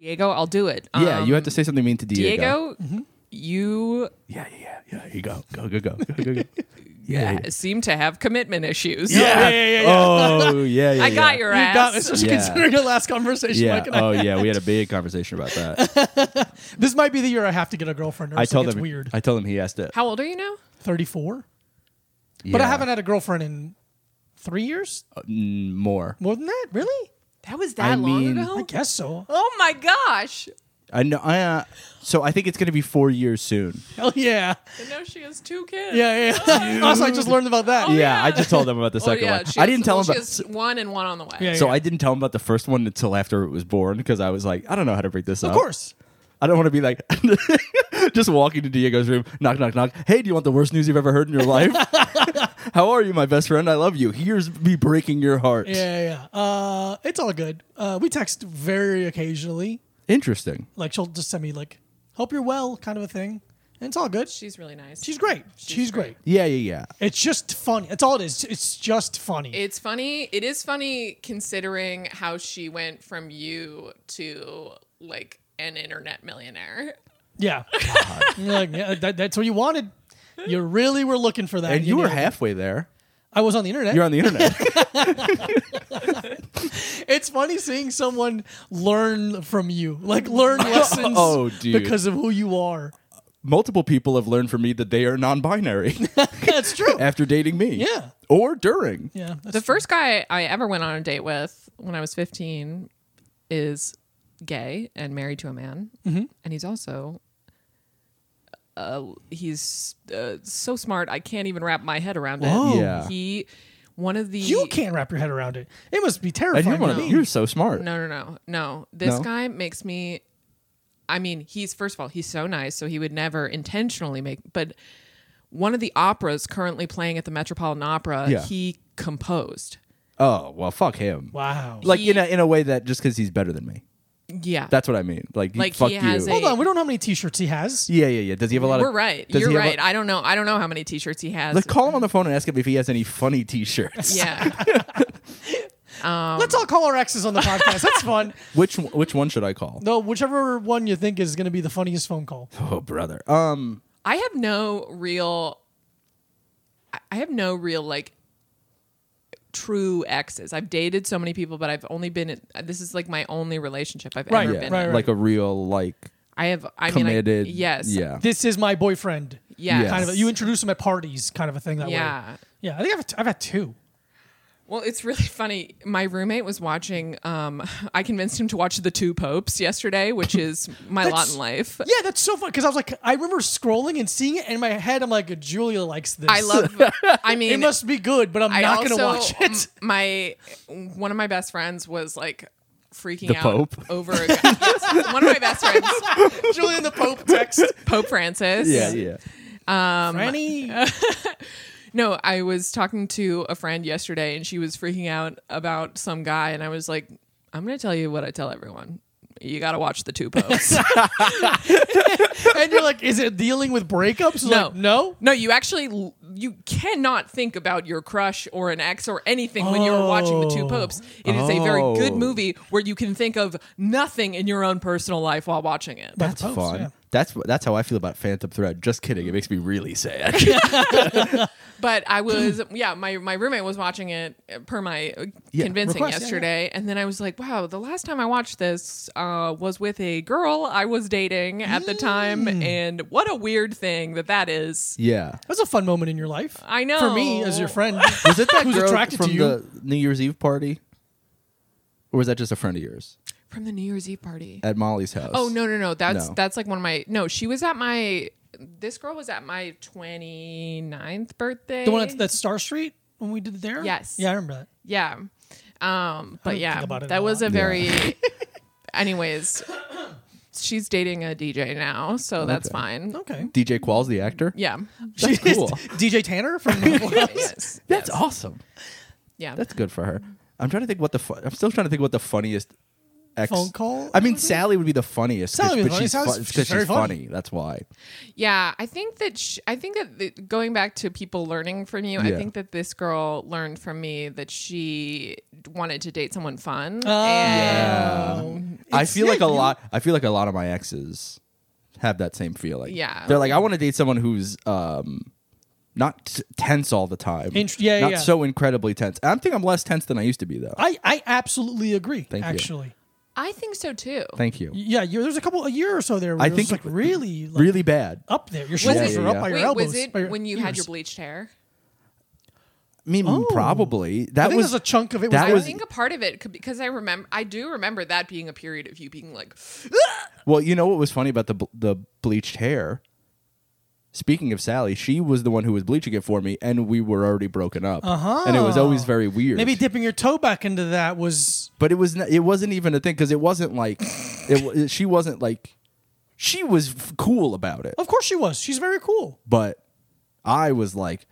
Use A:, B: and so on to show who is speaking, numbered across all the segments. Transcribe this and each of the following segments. A: Diego, I'll do it.
B: Yeah, you
A: Um,
B: have to say something mean to Diego.
A: Diego,
C: Mm-hmm.
A: you
B: Yeah, yeah, yeah. You go, go, go, go, go, go, go.
A: uh, seem to have commitment issues.
B: Yeah.
C: yeah, yeah, yeah.
B: Oh, yeah, yeah.
A: I got
B: yeah.
A: your
C: You
A: ass.
C: got this. Just
B: Yeah.
C: considering our last conversation,
B: Yeah.
C: Mike and I
B: Oh,
C: had.
B: yeah. We had a big conversation about that.
C: This might be the year I have to get a girlfriend. Or
B: I
C: it's
B: told
C: like,
B: him.
C: it's weird.
B: I told him he has to.
A: How old are you now?
C: 34, but I
B: Yeah.
C: haven't had a girlfriend in three years.
B: Mm, more.
C: More than that, really?
A: That was that
B: I
A: long
B: mean-
A: ago.
C: I guess so.
A: Oh my gosh!
B: I know. I, uh, so I think it's going to be four years soon.
C: Hell yeah,
A: And now she has two kids.
C: yeah, yeah. also, I just learned about that.
B: yeah, I
A: yeah.
B: just told him about the
A: Oh,
B: second
A: yeah,
B: one.
A: she
B: I
A: has-
B: didn't tell
A: well,
B: him about.
A: She has one and one on the way.
C: Yeah.
B: so I didn't tell him about the first one until after it was born because I was like, I don't know how to break this up.
C: Of course.
B: I don't want to be like just walking to Diego's room, knock, knock, knock. Hey, do you want the worst news you've ever heard in your life? How are you, my best friend? I love you. Here's me breaking your heart.
C: Yeah, yeah. yeah. Uh, it's all good. Uh, we text very occasionally.
B: Interesting.
C: Like she'll just send me like, "Hope you're well," kind of a thing, and it's all good.
A: She's really nice.
C: She's great. She's, great.
B: Yeah, yeah, yeah.
C: It's just funny. That's all it is. It's just funny.
A: It's funny. It is funny considering how she went from you to like an internet millionaire.
C: yeah. You're like, yeah, that, that's what you wanted. You really were looking for that.
B: And you were
C: know?
B: halfway there.
C: I was on the internet.
B: You're on the internet.
C: it's funny seeing someone learn from you, like learn lessons
B: Oh, dude.
C: because of who you are.
B: Multiple people have learned from me that they are non binary
C: That's true.
B: after dating me.
C: Yeah.
B: Or during.
C: yeah. that's
A: The first guy I ever went on a date with when I was 15 is gay and married to a man.
C: Mm-hmm.
A: And he's also, uh, he's uh, so smart, I can't even wrap my head around
C: Whoa.
A: it.
B: Yeah.
A: He, one of the.
C: You can't wrap your head around it. It must be
B: And
C: terrifying.
B: you're, one
C: to
B: of,
C: me.
B: you're so smart.
A: No, no, no. No. This
B: No?
A: guy makes me. I mean, he's, first of all, he's so nice, so he would never intentionally make. But one of the operas currently playing at the Metropolitan Opera,
B: Yeah.
A: he composed.
B: Oh, well, fuck him.
C: Wow.
B: Like,
A: He-
B: in, a, in a way that just because he's better than me.
A: Yeah.
B: That's what I mean. Like,
A: Like,
B: fuck
A: he has
B: you.
A: a-
C: Hold on, we don't know how many T-shirts he has.
B: yeah, yeah, yeah. Does he have a lot
A: We're
B: of.
A: right.
B: does
A: You're
B: he have a-
A: right. I I don't know. I don't know how many T-shirts he has.
B: Let's call him on the phone and ask him if he has any funny T-shirts.
A: yeah. Um,
C: Let's all call our exes on the podcast. That's fun.
B: Which which one should I call?
C: No, whichever one you think is going to be the funniest phone call.
B: Oh, brother. Um,
A: I have no real. I- I have no real like true exes. I've dated so many people, but I've only been. In, this is like my only relationship I've
C: Right,
A: ever
B: yeah,
A: been.
C: right,
A: in.
C: right.
B: like a real like
A: I have. I mean,
B: committed.
A: I, yes.
B: Yeah.
C: This is my boyfriend.
A: Yes.
B: Yeah.
C: Kind of. A, you introduce him at parties, kind of a thing. That way.
A: Yeah.
C: Yeah. I think I've, I've had two.
A: Well, it's really funny. My roommate was watching. Um, I convinced him to watch The Two Popes yesterday, which is my lot
C: That's-
A: in life.
C: Yeah, that's so fun because I was like, I remember scrolling and seeing it, and in my head, I'm like, Julia likes this.
A: I love. I mean,
C: It must be good, but I'm
A: I
C: not going to watch
A: also-
C: it.
A: m- My one of my best friends was like freaking
B: The
A: out
B: Pope?
A: over a guy. yes, one of my best friends,
C: Julian the Pope text.
A: Pope Francis.
B: Yeah, yeah.
A: um,
C: Franny.
A: No, I was talking to a friend yesterday and she was freaking out about some guy and I was like, I'm going to tell you what I tell everyone. You got to watch the two popes.
C: and you're like, is it dealing with breakups? It's
A: No.
C: like, no.
A: no, you actually l- you cannot think about your crush or an ex or anything when you're watching the two popes. It is a very good
B: Oh.
A: movie where you can think of nothing in your own personal life while watching it.
B: That's
C: Pope's,
B: fun.
C: yeah.
B: That's wh- that's how I feel about Phantom Thread. Just kidding. It makes me really sad.
A: But I was, yeah, my, my roommate was watching it uh, per my uh,
B: Yeah,
A: convincing
C: request, yeah,
A: yesterday. And then I was like, wow, the last time I watched this uh, was with a girl I was dating at the time. And what a weird thing that that is.
B: yeah.
C: That's a fun moment in your life.
A: I know.
C: For me, as your friend,
B: Was it that
C: who's
B: girl
C: attracted
B: from
C: to you?
B: the New Year's Eve party, or was that just a friend of yours
A: From the New Year's Eve party.
B: at Molly's house?
A: Oh, no, no, no. That's,
B: No.
A: that's like one of my, no, she was at my, this girl was at my 29th birthday.
C: the one at, at Star Street when we did it there.
A: Yes.
C: Yeah, I remember that.
A: Yeah. Um, but yeah,
C: think about it a
A: that was
C: lot.
A: a very. anyways, she's dating a DJ now, so that's fine.
C: Okay.
B: DJ Qualls, the actor.
A: Yeah.
B: That's
C: She's
B: cool.
C: DJ Tanner from the
A: Yes.
B: That's awesome.
A: Yeah.
B: That's good for her. I'm trying to think what the fu- I'm still trying to think what the funniest ex
C: phone call.
B: I mean, Sally would be the funniest. 'cause-
C: Sally was
B: but
C: funny.
B: she's,
C: Sally's-
B: fu- 'cause
C: she's
B: she's
C: very funny.
B: funny. That's why.
A: Yeah, I think that sh I think that th- going back to people learning from you, I
B: Yeah.
A: think that this girl learned from me that she wanted to date someone fun.
C: Oh.
A: and-
B: I
C: It's-
B: feel
C: yeah,
B: like a
C: you-
B: lot. I feel like a lot of my exes have that same feeling.
A: Yeah.
B: they're like, I want to date someone who's um, not t- tense all the time.
C: Int- yeah,
B: not
C: yeah.
B: so incredibly tense. I think I'm less tense than I used to be though.
C: I, I absolutely agree.
B: Thank you.
C: actually,
A: I think so too.
B: Thank you.
C: yeah, you, there's a couple a year or so there. Where
B: I
C: it was
B: think
C: like
B: it-
C: really, like,
B: Really bad.
C: up there. Your shoulders
B: yeah,
C: are
B: yeah.
C: up by your
A: Wait,
C: elbows.
A: was it
C: by your
A: when you had your
C: ears.
A: bleached hair?
B: I mean, probably
C: Oh. I
B: that
C: think
B: was
C: there's a chunk of it.
B: that
A: I
C: was,
B: was-
A: think a part of it could because I remember I do remember that being a period of you being like
B: Well, you know what was funny about the bl- the bleached hair. Speaking of Sally, she was the one who was bleaching it for me, and we were already broken up,
C: Uh-huh.
B: and it was always very weird.
C: maybe dipping your toe back into that was
B: but it was n- it wasn't even a thing because it wasn't like it, wa- she wasn't like she was f- cool about it,
C: Of course she was. She's very cool.
B: but I was like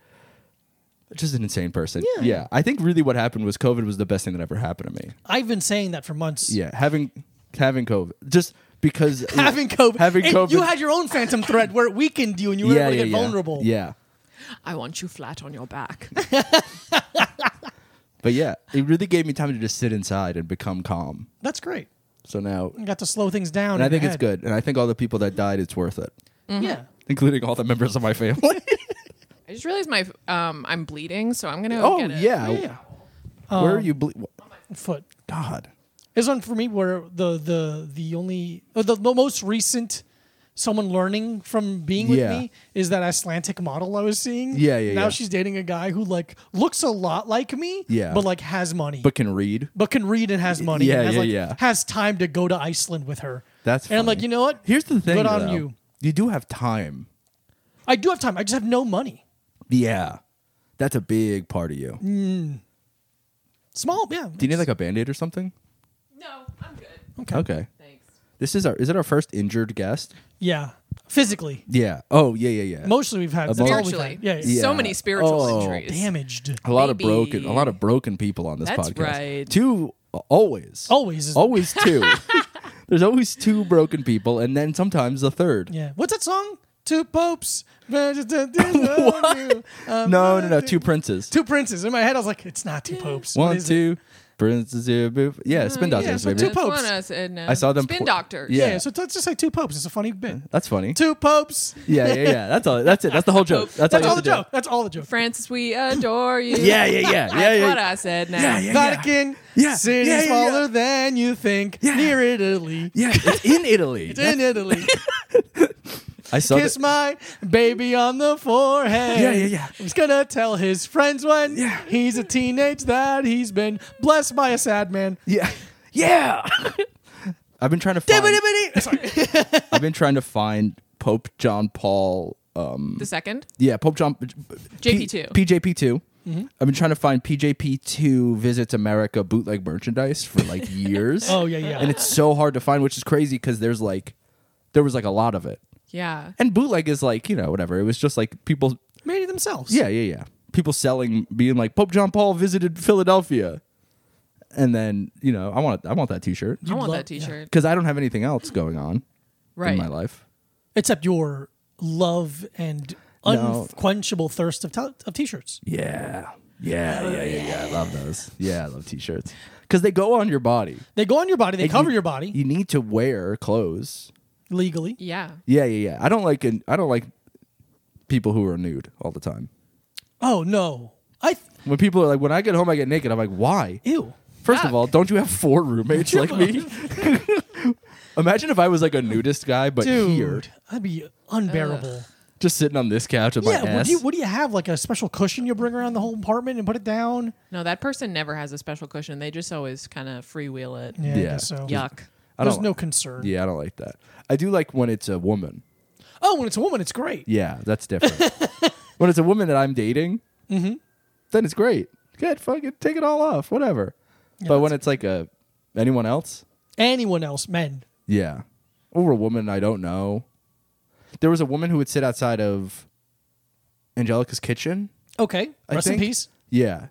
B: just an insane person.
C: Yeah.
B: I think really what happened was COVID was the best thing that ever happened to me.
C: I've been saying that for months.
B: Yeah, having having COVID just because
C: Having COVID.
B: having
C: And
B: COVID.
C: You had your own phantom thread where it weakened you and you were able to get vulnerable.
B: Yeah.
A: I want you flat on your back.
B: But yeah, it really gave me time to just sit inside and become calm.
C: That's great.
B: So now,
C: You got to slow things down.
B: and I
C: in your
B: think it's
C: head.
B: good. And I think all the people that died, it's worth it,
A: Mm-hmm.
C: Yeah.
B: including all the members of my family.
A: I just realized my um I'm bleeding, so I'm gonna.
B: oh
A: get it.
B: yeah. Um, Where are you? Ble- oh
C: Foot.
B: God.
C: There's one for me where the the the only or the, the most recent someone learning from being with
B: Yeah.
C: me is that Atlantic model I was seeing.
B: Yeah, yeah,
C: Now
B: yeah.
C: she's dating a guy who like looks a lot like me.
B: Yeah.
C: But like has money.
B: But can read.
C: but can read and has money.
B: Yeah,
C: and has,
B: yeah,
C: like,
B: yeah.
C: Has time to go to Iceland with her.
B: That's.
C: and I'm like,
B: funny.
C: you know what?
B: Here's the thing.
C: Good on
B: though.
C: you.
B: You do have time.
C: I do have time. I just have no money.
B: Yeah. That's a big part of you. Do
C: Small, yeah.
B: you need like a band aid or something?
A: No, I'm good.
C: Okay.
B: Okay.
A: Thanks.
B: This is our. Is it our first injured guest?
C: Yeah, physically.
B: Yeah. Oh yeah yeah yeah.
C: Mostly we've had. That's all we've
A: Spiritually,
C: had. Yeah, yeah.
B: Oh, Yeah.
A: so many spiritual
B: Oh,
A: injuries.
C: Damaged.
B: a lot
A: Baby.
B: of broken a lot of broken people on this
A: That's
B: podcast
A: right.
B: two uh, always
C: Always is-
B: always two there's always two broken people and then sometimes a third
C: Yeah. What's that song? Two popes. what?
B: no no no two princes
C: Two princes. In my head, I was like, it's not two popes. What
B: one
C: is it?
B: two princes yeah, boop. yeah spin
C: Mm,
A: Mm,
C: yeah,
B: doctors
C: so
B: baby
C: two popes.
B: I saw them
A: Spin
B: pour-
A: doctors.
B: Yeah.
C: Yeah. So let's just say two popes. It's a funny bit.
B: that's funny
C: Two popes.
B: yeah yeah yeah that's all that's it that's the whole joke that's,
C: That's
B: all,
C: all
B: you
C: the
B: have to do.
C: joke. That's all the joke.
A: Francis, we adore you.
B: yeah yeah yeah yeah
A: That's
B: yeah,
A: what
B: yeah.
A: I said. Now.
B: Yeah, yeah.
C: Vatican.
B: Yeah.
C: City
B: Yeah, yeah, yeah.
C: smaller than you think.
B: Yeah.
C: Near Italy.
B: Yeah, it's in Italy.
C: It's in Italy.
B: I saw
C: Kiss
B: that.
C: my baby on the forehead.
B: Yeah, yeah, yeah.
C: He's gonna tell his friends when
B: Yeah.
C: he's a teenage that he's been blessed by a sad man.
B: Yeah, yeah. I've been trying to find.
C: Dibbidi-bidi. Sorry.
B: I've been trying to find Pope John Paul
A: The second.
B: Yeah, Pope John
A: JP2.
B: P, PJP2. I've been trying to find PJP2 visits America bootleg merchandise for like years.
C: Oh yeah, yeah.
B: And it's so hard to find, which is crazy because there's like there was like a lot of it.
A: Yeah.
B: And bootleg is like, you know, whatever. It was just like people
C: made it themselves.
B: Yeah, yeah, yeah. People selling being like Pope John Paul visited Philadelphia. And then, you know, I want I want that t-shirt
A: I want
C: love-
A: that T-shirt.
B: cuz I don't have anything else going on
A: Right.
B: in my life.
C: Except your love and
B: No.
C: unquenchable thirst of, t- of t-shirts.
B: Yeah. Yeah, yeah, yeah, yeah. I love those. Yeah, I love t-shirts cuz they go on your body.
C: They go on your body. They
B: And
C: cover
B: you-
C: your body
B: You need to wear clothes.
C: legally.
A: Yeah.
B: Yeah, yeah, yeah. I don't like an, I don't like people who are nude all the time.
C: Oh no. I th-
B: When people are like, when I get home, I get naked. I'm like, why?
C: ew.
B: First of all, don't you have four roommates like me? Imagine if I was like a nudist guy, but
C: Dude,
B: here,
C: that'd be unbearable.
B: just sitting on this couch with
C: Yeah,
B: my
C: what
B: ass.
C: do, you, what do you have? Like a special cushion you bring around the whole apartment and put it down?
A: No, that person never has a special cushion. They just always kind of freewheel it.
C: Yeah, I
B: Yeah.
C: guess so.
A: Yuck.
B: I
C: There's
B: don't-
C: no concern.
B: yeah, I don't like that. I do like when it's a woman.
C: Oh, when it's a woman, it's great.
B: Yeah, that's different. when it's a woman that I'm dating,
C: Mm-hmm.
B: then it's great. Good, fucking take it all off, whatever. but when it's like a anyone else,
C: Anyone else, men.
B: yeah, or a woman I don't know. There was a woman who would sit outside of Angelica's kitchen.
C: Okay.
B: I
C: Rest in
B: think.
C: peace.
B: Yeah,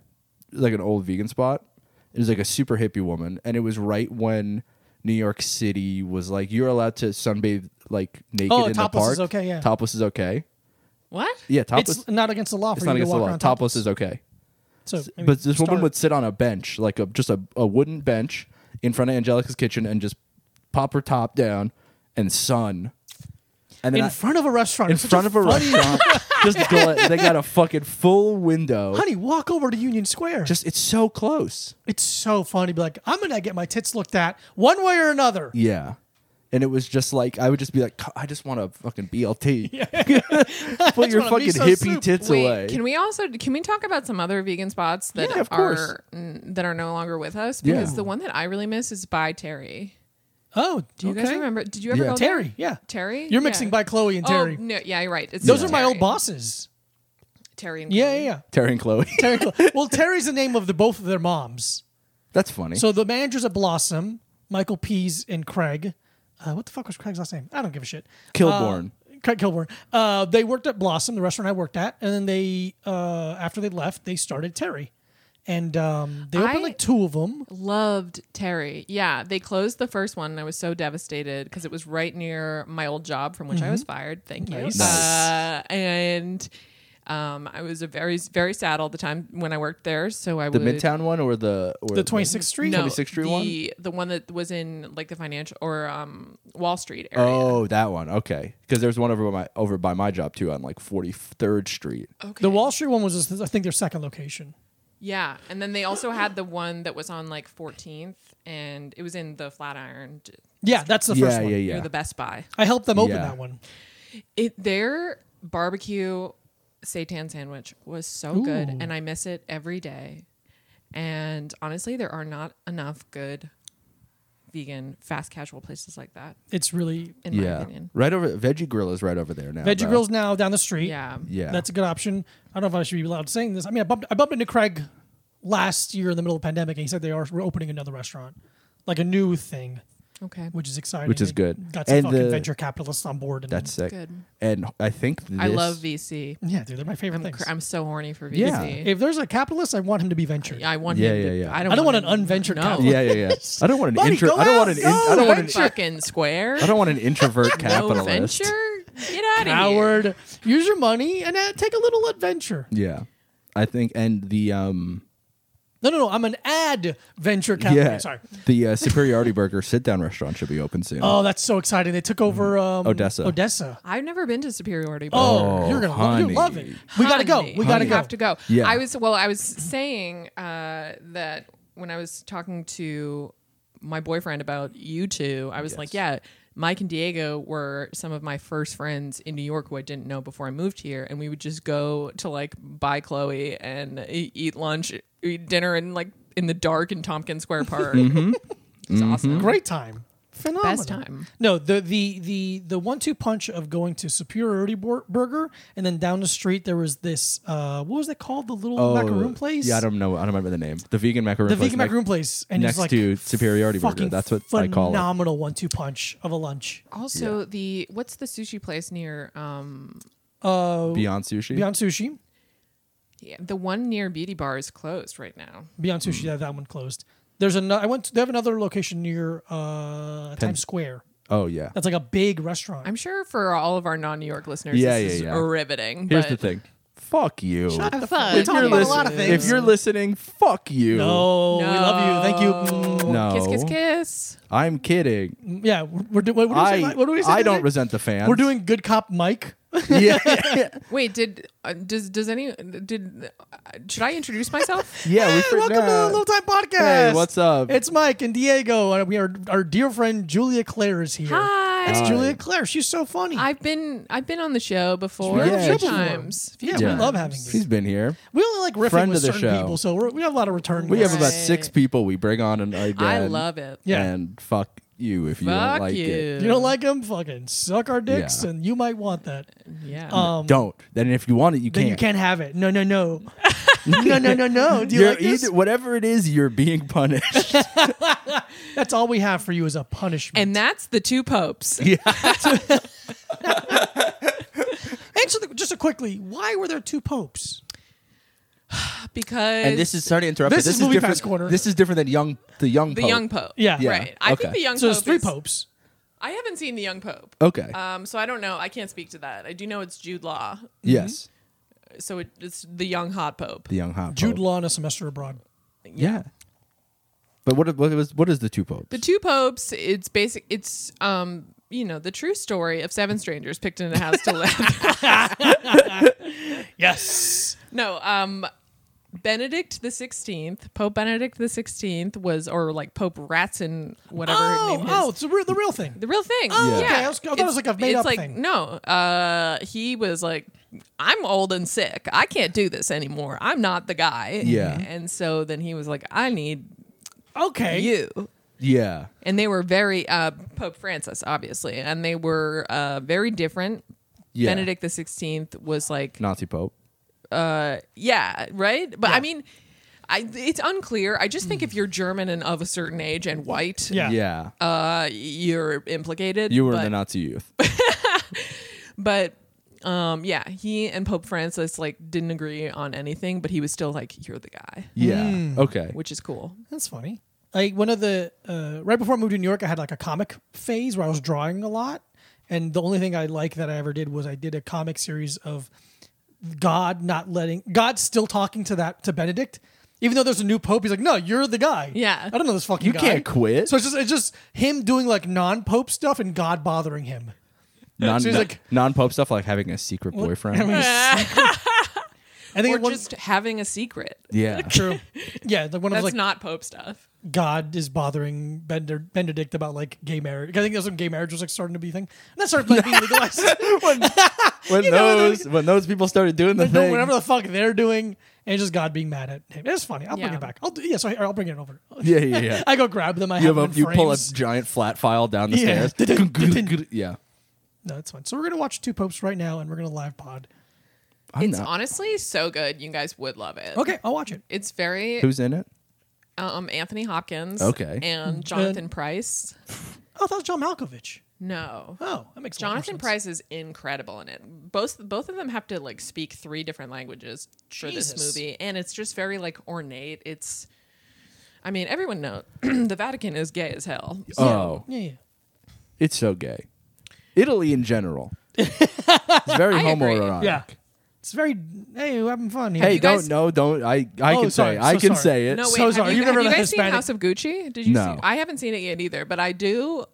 B: like an old vegan spot. It was like a super hippie woman, and it was right when New York City was like you're allowed to sunbathe like naked
C: Oh,
B: in the
C: topless
B: park.
C: is okay, yeah.
B: Topless is okay.
A: What?
B: Yeah, topless.
C: It's not against the law for
B: It's
C: you
B: not
C: to
B: against
C: walk
B: the law.
C: around
B: Topless is okay.
C: So, maybe
B: But this woman
C: start-
B: would sit on a bench, like a just a, a wooden bench in front of Angelica's kitchen and just pop her top down and sun. And then
C: in
B: I-
C: front of a restaurant.
B: in
C: It's such
B: front of a
C: funny-
B: restaurant. just go, they got a fucking full window.
C: Honey, walk over to Union Square.
B: Just it's so close.
C: it's so funny. Be like, I'm gonna get my tits looked at one way or another.
B: Yeah. And it was just like I would just be like, "C- I just want a fucking BLT. Put your
C: want
B: fucking
C: a miso
B: hippie
C: soup.
B: tits
A: Wait,
B: away.
A: can we also can we talk about some other vegan spots that
B: Yeah, of course.
A: are n- that are no longer with us?
B: Yeah.
A: Because the one that I really miss is by Terry.
C: Oh,
A: Do you guys remember? Did you ever
B: Yeah.
A: go there?
C: Terry? Yeah,
A: Terry?
C: You're mixing
A: Yeah.
C: by Chloe and Terry.
A: Oh no, yeah, you're right. It's
C: Those
A: just
C: are my old
A: Terry.
C: bosses.
A: Terry. And
C: Yeah,
A: Chloe.
C: yeah, yeah.
B: Terry and Chloe.
C: Terry. Chloe. well, Terry's the name of the both of their moms.
B: That's funny.
C: So the managers at Blossom, Michael Pease and Craig. Uh, what the fuck was Craig's last name? I don't give a shit.
B: Kilborn.
C: Uh, Craig Kilborn. Uh, they worked at Blossom, the restaurant I worked at, and then they, uh, after they left, they started Terry, and um, they opened
A: I-
C: like two of them.
A: Loved Terry. Yeah, they closed the first one, and I was so devastated because it was right near my old job from which I
B: Mm-hmm.
A: was fired. Thank you.
C: Nice.
A: Uh, and um, I was a very very sad all the time when I worked there. So I
B: the
A: would
B: Midtown one or the or
C: The 26th Street.
A: no
B: 26th Street
A: the,
B: one?
A: the one that was in like the financial or um, Wall Street area.
B: Oh, that one. Okay. Because there's one over by my over by my job too on like 43rd Street.
A: okay.
C: The Wall Street one was, just, I think, their second location.
A: Yeah, and then they also had the one that was on like 14th, and it was in the Flatiron. j-
C: Yeah, that's the
B: yeah,
C: first one.
B: yeah,
A: near
B: yeah.
A: the Best Buy.
C: I helped them open
B: Yeah.
C: that one.
A: It their barbecue seitan sandwich was so good, and I miss it every day. And honestly, there are not enough good vegan fast casual places like that,
C: It's really
A: in my
B: yeah.
A: opinion.
B: Right over Veggie Grill is right over there now.
C: Veggie
B: though.
C: Grill's now down the street.
A: Yeah,
B: Yeah.
C: That's a good option. I don't know if I should be allowed saying this. I mean, I bumped, I bumped into Craig last year in the middle of the pandemic, and he said they are we're opening another restaurant, like a new thing,
A: okay,
C: which is exciting.
B: Which is
C: They
B: good.
C: Got some
B: And
C: fucking
B: the-
C: venture capitalists on board. And,
B: That's sick.
A: Good.
B: And I think this,
A: I love VC.
C: yeah, dude, they're my favorite
A: I'm,
C: things.
A: cr- I'm so horny for VC.
B: Yeah.
C: if there's a capitalist, I want him to be ventured.
A: I want
B: Yeah,
A: him to-
B: yeah, yeah.
A: I don't,
C: I don't want
A: him-
C: an unventured
A: no.
C: capitalist.
B: Yeah, yeah, yeah. I don't want an
C: Buddy,
B: intro.
C: go
B: I don't
C: out,
B: want an. In,
C: go,
B: I don't want an.
C: venture.
A: fucking square.
B: I don't want an introvert
A: no
B: capitalist.
A: venture. Get out of here.
C: Howard, use your money and uh, take a little adventure.
B: Yeah, I think, and the um,
C: No, no, no. I'm an ad venture capitalist.
B: yeah,
C: Sorry.
B: the uh, Superiority Burger sit-down restaurant should be open soon.
C: Oh, that's so exciting. They took over um,
B: Mm-hmm. Odessa.
C: Odessa.
A: I've never been to Superiority. Burger.
C: Oh,
B: Oh,
C: you're gonna love, you
B: honey.
C: love it. We gotta go.
A: Honey,
C: We gotta
A: you
C: go.
A: Have to go.
B: Yeah.
A: I was well. I was saying uh, that when I was talking to my boyfriend about you two, I was like, yeah. Mike and Diego were some of my first friends in New York who I didn't know before I moved here, and we would just go to like buy Chloe and e- eat lunch, eat dinner, and like in the dark in Tompkins Square Park. It's awesome.
C: Great time. Phenomenal.
A: Mm-hmm. Best time.
C: No, the the the the one two punch of going to Superiority Bur- Burger and then down the street there was this uh what was it called the little
B: Oh,
C: macaroon place?
B: Yeah, I don't know. I don't remember the name. The vegan macaroon.
C: the
B: place
C: vegan
B: ne-
C: macaroon place and
B: next
C: it's like
B: to Superiority Burger.
C: fucking
B: That's what I
C: phenomenal
B: call it.
C: one two punch of a lunch.
A: Also, the what's the sushi place near um,
B: Beyond Sushi.
C: Beyond Sushi,
A: Yeah, the one near Beauty Bar is closed right now.
C: Beyond
B: Mm.
C: Sushi, yeah, that one closed. There's another. I went. To, they have another location near uh, Times Square.
B: Oh yeah.
C: That's like a big restaurant.
A: I'm sure for all of our non-New York listeners,
B: Yeah,
A: this
B: yeah,
A: is
B: yeah.
A: riveting.
B: Here's
A: but
B: the thing. Fuck you.
A: the fuck.
C: We're talking about a
B: listen-
C: lot of
B: if
C: things.
B: you're listening, fuck you.
C: no, Oh, we love you. Thank you.
A: No.
B: No.
A: Kiss, kiss, kiss.
B: I'm kidding.
C: Yeah, we're, we're do, what, what do we say?
B: I
C: Mike? What do we say?
B: I don't
C: today?
B: resent the fans.
C: We're doing good cop Mike.
B: yeah.
A: Wait, did uh, does does any did uh, should I introduce myself?
B: Yeah, we
C: Hey,
B: forgot.
C: welcome to Little Time Podcast.
B: Hey, what's up?
C: It's Mike and Diego, and we are our dear friend Julia Claire is here.
A: Hi.
B: Uh,
C: It's Julia Claire. She's so funny.
A: I've been I've been on the show before.
B: Yeah,
A: a few
B: she-
A: times. A few
C: yeah,
B: Yeah.
C: we love having you.
B: He's been here.
C: We only like riffing
B: Friend
C: with
B: of the
C: certain
B: show.
C: people, so we're, we have a lot of return.
B: We have
C: guests.
B: about six people we bring on and again.
A: I love it.
C: Yeah.
B: And fuck you if you
A: Fuck
B: don't like
A: you.
B: it.
C: You don't like them? Fucking suck our dicks,
B: Yeah.
C: and you might want that.
A: Yeah.
C: Um,
B: don't. Then if you want it, you
C: then
B: can't.
C: you can't have it. No, no, no, no, no, no, no. Do you
B: You're
C: like this?
B: either- whatever it is, you're being punished.
C: That's all we have for you is a punishment.
A: and that's the two popes.
C: Answer the, just so quickly. Why were there two popes?
A: uh, because
B: And this is sorry to interrupt.
C: This
B: but
C: is
B: this
C: Movie
B: different.
C: Pass Corner.
B: This is different than young the young
A: the
B: Pope.
A: young pope.
C: Yeah. Yeah,
A: right. I think
B: okay.
A: the young
C: So
A: pope.
C: there's three
A: is-
C: popes.
A: I haven't seen the young pope.
B: Okay.
A: Um, so I don't know. I can't speak to that. I do know it's Jude Law.
B: yes,
A: So it, it's the young hot pope.
B: the young hot
C: Jude
B: Pope.
C: Law and a semester abroad.
B: Yeah. But what what was what is the two popes?
A: The two popes. It's basic. It's um, you know, the true story of seven strangers picked in a house to live.
C: Yes.
A: No, um, Benedict the Sixteenth, Pope Benedict the Sixteenth was, or like Pope Ratson, whatever his
C: Oh,
A: name is.
C: oh, it's the real, the real thing.
A: The real thing.
C: Oh,
A: yeah.
C: okay. I was- I thought it was like a made-up
A: it's like,
C: thing.
A: No, uh, he was like, I'm old and sick. I can't do this anymore. I'm not the guy.
B: Yeah.
A: And so then he was like, I need
C: Okay.
A: you.
B: yeah.
A: And they were very uh, Pope Francis, obviously, and they were uh, very different.
B: Yeah.
A: Benedict the Sixteenth was like,
B: Nazi Pope.
A: yeah, right. But
C: Yeah.
A: I mean. I, it's unclear. I just think if you're German and of a certain age and white,
C: Yeah.
B: Yeah.
A: uh, you're implicated.
B: you were in
A: but-
B: the Nazi youth.
A: but um yeah he and pope francis like didn't agree on anything but he was still like you're the guy
B: Yeah. Okay.
A: which is cool
C: That's funny. Like one of the uh, right before I moved to New York, I had like a comic phase where I was drawing a lot, and the only thing I like that I ever did was I did a comic series of God not letting God still talking to that to Benedict, even though there's a new pope. He's like, "No, you're the guy."
A: Yeah.
C: I don't know this fucking.
B: You
C: guy."
B: can't quit.
C: So it's just it's just him doing like non-pope stuff and God bothering him.
B: Non,
C: So he's like-
B: non Pope stuff like having a secret boyfriend.
C: I think
A: or
C: it was
A: just having a secret
B: Yeah.
C: true. Yeah, like one of
A: that's
C: like
A: not pope stuff
C: God is bothering Bender, Benedict about like gay marriage. I think that's when gay marriage was like starting to be a thing. And that started like, being legalized.
B: When
C: know,
B: those when those people started doing the
C: They're doing
B: thing.
C: whatever the fuck they're doing, and it's just God being mad at him. It's funny. I'll bring
A: Yeah.
C: it back. I'll do, yeah, so I, will bring it over.
B: yeah, yeah, yeah.
C: I go grab them. I
B: you
C: have,
B: have a,
C: them in
B: you pull a
C: frames.
B: giant flat file down the
C: Yeah.
B: stairs. yeah.
C: No, that's fine. So we're gonna watch Two Popes right now, and we're gonna live pod.
B: I'm
A: it's
B: not.
A: honestly so good you guys would love it
C: Okay, I'll watch it.
A: it's very
B: Who's in it?
A: um anthony hopkins
B: Okay.
A: and jonathan price
C: Oh, I thought it was John Malkovich.
A: no
C: Oh, that makes a lot more
A: jonathan
C: sense.
A: price is incredible in it both both of them have to like speak three different languages for
C: Jesus.
A: this movie and it's just very like ornate it's i mean everyone knows the vatican is gay as hell
B: Oh,
C: Yeah, yeah.
B: it's so gay. Italy in general. it's very
A: I agree.
B: homoerotic.
C: Yeah. It's very. Hey, we're having fun. Here.
B: Hey,
A: You
B: don't
A: guys-
B: no, don't I I
C: Oh,
B: can
C: sorry,
B: say I
C: so
B: can
C: sorry.
B: say it.
A: No, wait.
C: So
A: have
C: sorry.
A: you,
C: You've never
A: have you
C: met a
A: guys seen
C: Hispanic-
A: House of Gucci? Did you?
B: No.
A: See, I haven't seen it yet either, but I do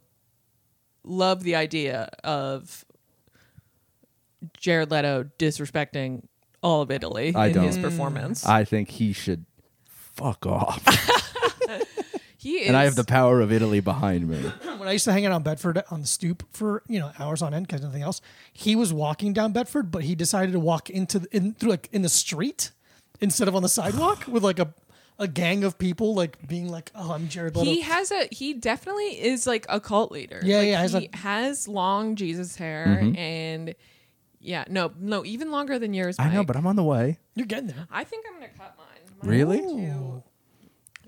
A: love the idea of Jared Leto disrespecting all of Italy
B: I
A: in his
B: don't.
A: performance.
B: I think he should fuck off.
A: he is.
B: and I have the power of Italy behind me.
C: when I used to hang out on Bedford on the stoop for you know hours on end because nothing else, he was walking down Bedford, but he decided to walk into the, in through like in the street instead of on the sidewalk with like a a gang of people like being like, oh, I'm Jared Leto.
A: He has a. He definitely is like a cult leader.
C: Yeah,
A: Like,
C: yeah, has
A: He has long Jesus hair
B: Mm-hmm.
A: and. Yeah, no, no, even longer than yours.
B: I know,
A: Mike.
B: but I'm on the way.
C: You're getting there.
A: I think I'm gonna cut mine. Mine's
B: Really?
A: Too,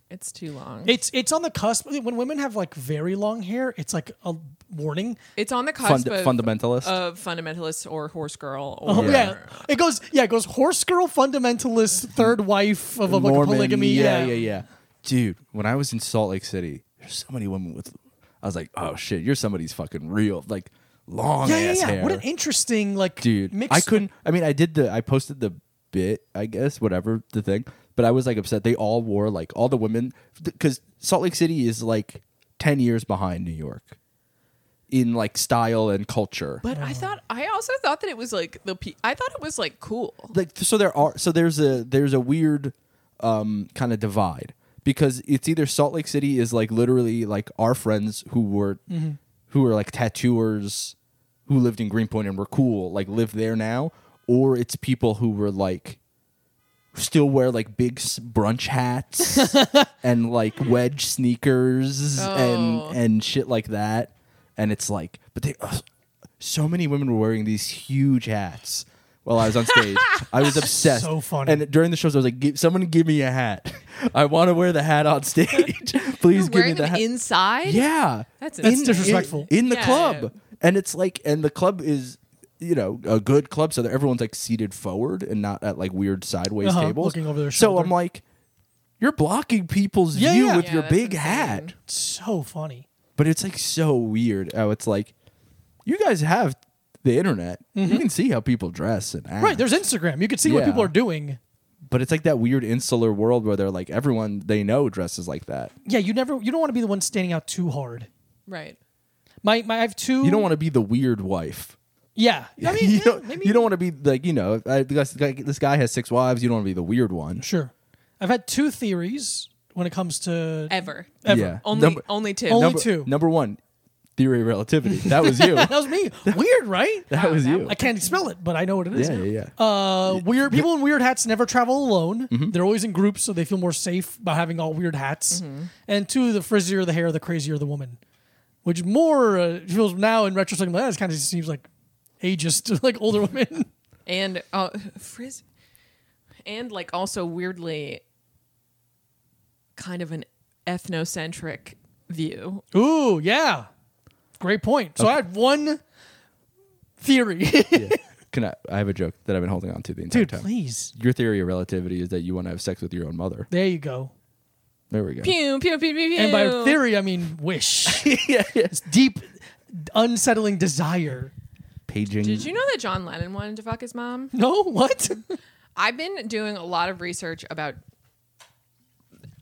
A: it's too long.
C: It's it's on the cusp when women have like very long hair. It's like a warning.
A: It's on the cusp
B: Fund-
A: of
B: fundamentalist.
A: uh, of fundamentalist or horse girl or
C: Oh yeah. it goes yeah, it goes horse girl fundamentalist third wife of a like,
B: Mormon,
C: polygamy.
B: yeah, yeah, yeah. Dude, when I was in Salt Lake City, there's so many women with I was like, "Oh shit, you're somebody's fucking real like long
C: yeah, yeah,
B: ass
C: yeah.
B: hair."
C: What an interesting like
B: dude
C: Mix.
B: i couldn't i mean i did the i posted the bit i guess whatever the thing but i was like upset they all wore like all the women because salt lake city is like 10 years behind new york in like style and culture
A: But I thought I also thought that it was like the pe- I thought it was like cool.
B: like so there are so there's a there's a weird um kind of divide because it's either Salt Lake City is like literally like our friends who were
C: Mm-hmm.
B: who were like tattooers who lived in Greenpoint and were cool like live there now or it's people who were like still wear like big s- brunch hats and like wedge sneakers
A: Oh.
B: and and shit like that and it's like but they ugh, so many women were wearing these huge hats while I was on stage. I was obsessed.
C: So funny.
B: And during the shows, I was like, give, "Someone give me a hat. I want to wear the hat on stage.
A: You're
B: Please give me
A: wearing
B: the
A: them
B: hat."
A: inside.
B: yeah,
A: That's
C: That's disrespectful.
B: In, in the
A: Yeah.
B: club, and it's like, and the club is you know a good club so that everyone's like seated forward and not at like weird sideways
C: Uh-huh,
B: tables
C: looking over their
B: so
C: shoulder.
B: i'm like you're blocking people's
C: Yeah,
B: view
C: yeah.
B: with
A: Yeah,
B: your
A: that's
B: big
A: insane.
B: hat
C: so funny.
B: but it's like so weird oh it's like you guys have the internet you can see how people dress and act
C: Mm-hmm. Right, there's Instagram. You can see what
B: Yeah.
C: people are doing.
B: but it's like that weird insular world where they're like everyone they know dresses like that
C: Yeah, you never you don't want to be the one standing out too hard.
A: Right.
C: My, my I have two
B: you don't want to be the weird wife
C: Yeah. I mean,
B: you,
C: yeah,
B: don't,
C: maybe-
B: you don't want to be like you know I, this, guy, this guy has six wives you don't want to be the weird one
C: Sure. I've had two theories when it comes to
A: Ever.
C: Ever.
B: yeah
A: Only
B: Number-
A: only two.
C: Only-
B: number,
C: two.
B: Number one, theory of relativity. That was you.
C: That was me. Weird, right?
B: that was you.
C: I can't spell it, but I know what it is.
B: Yeah, yeah, yeah. Mm-hmm.
C: Uh, weird people in weird hats never travel alone. They're always in groups, so they feel more safe by having all weird hats. And two, the frizzier the hair, the crazier the woman, which more uh, feels now in retrospect like that kind of seems like ageist, like older women.
A: and uh, frizz and like also weirdly kind of an ethnocentric view
C: Ooh, yeah, great point. So I had one theory,
B: Can I? I have a joke that I've been holding on to the entire
C: dude.
B: time.
C: Please,
B: Your theory of relativity is that you want to have sex with your own mother.
C: there you go.
B: There we go.
A: pew pew pew pew pew
C: And by theory, I mean wish. It's deep, unsettling desire.
B: Paging.
A: did you know that john lennon wanted to fuck his mom
C: No, what?
A: i've been doing a lot of research about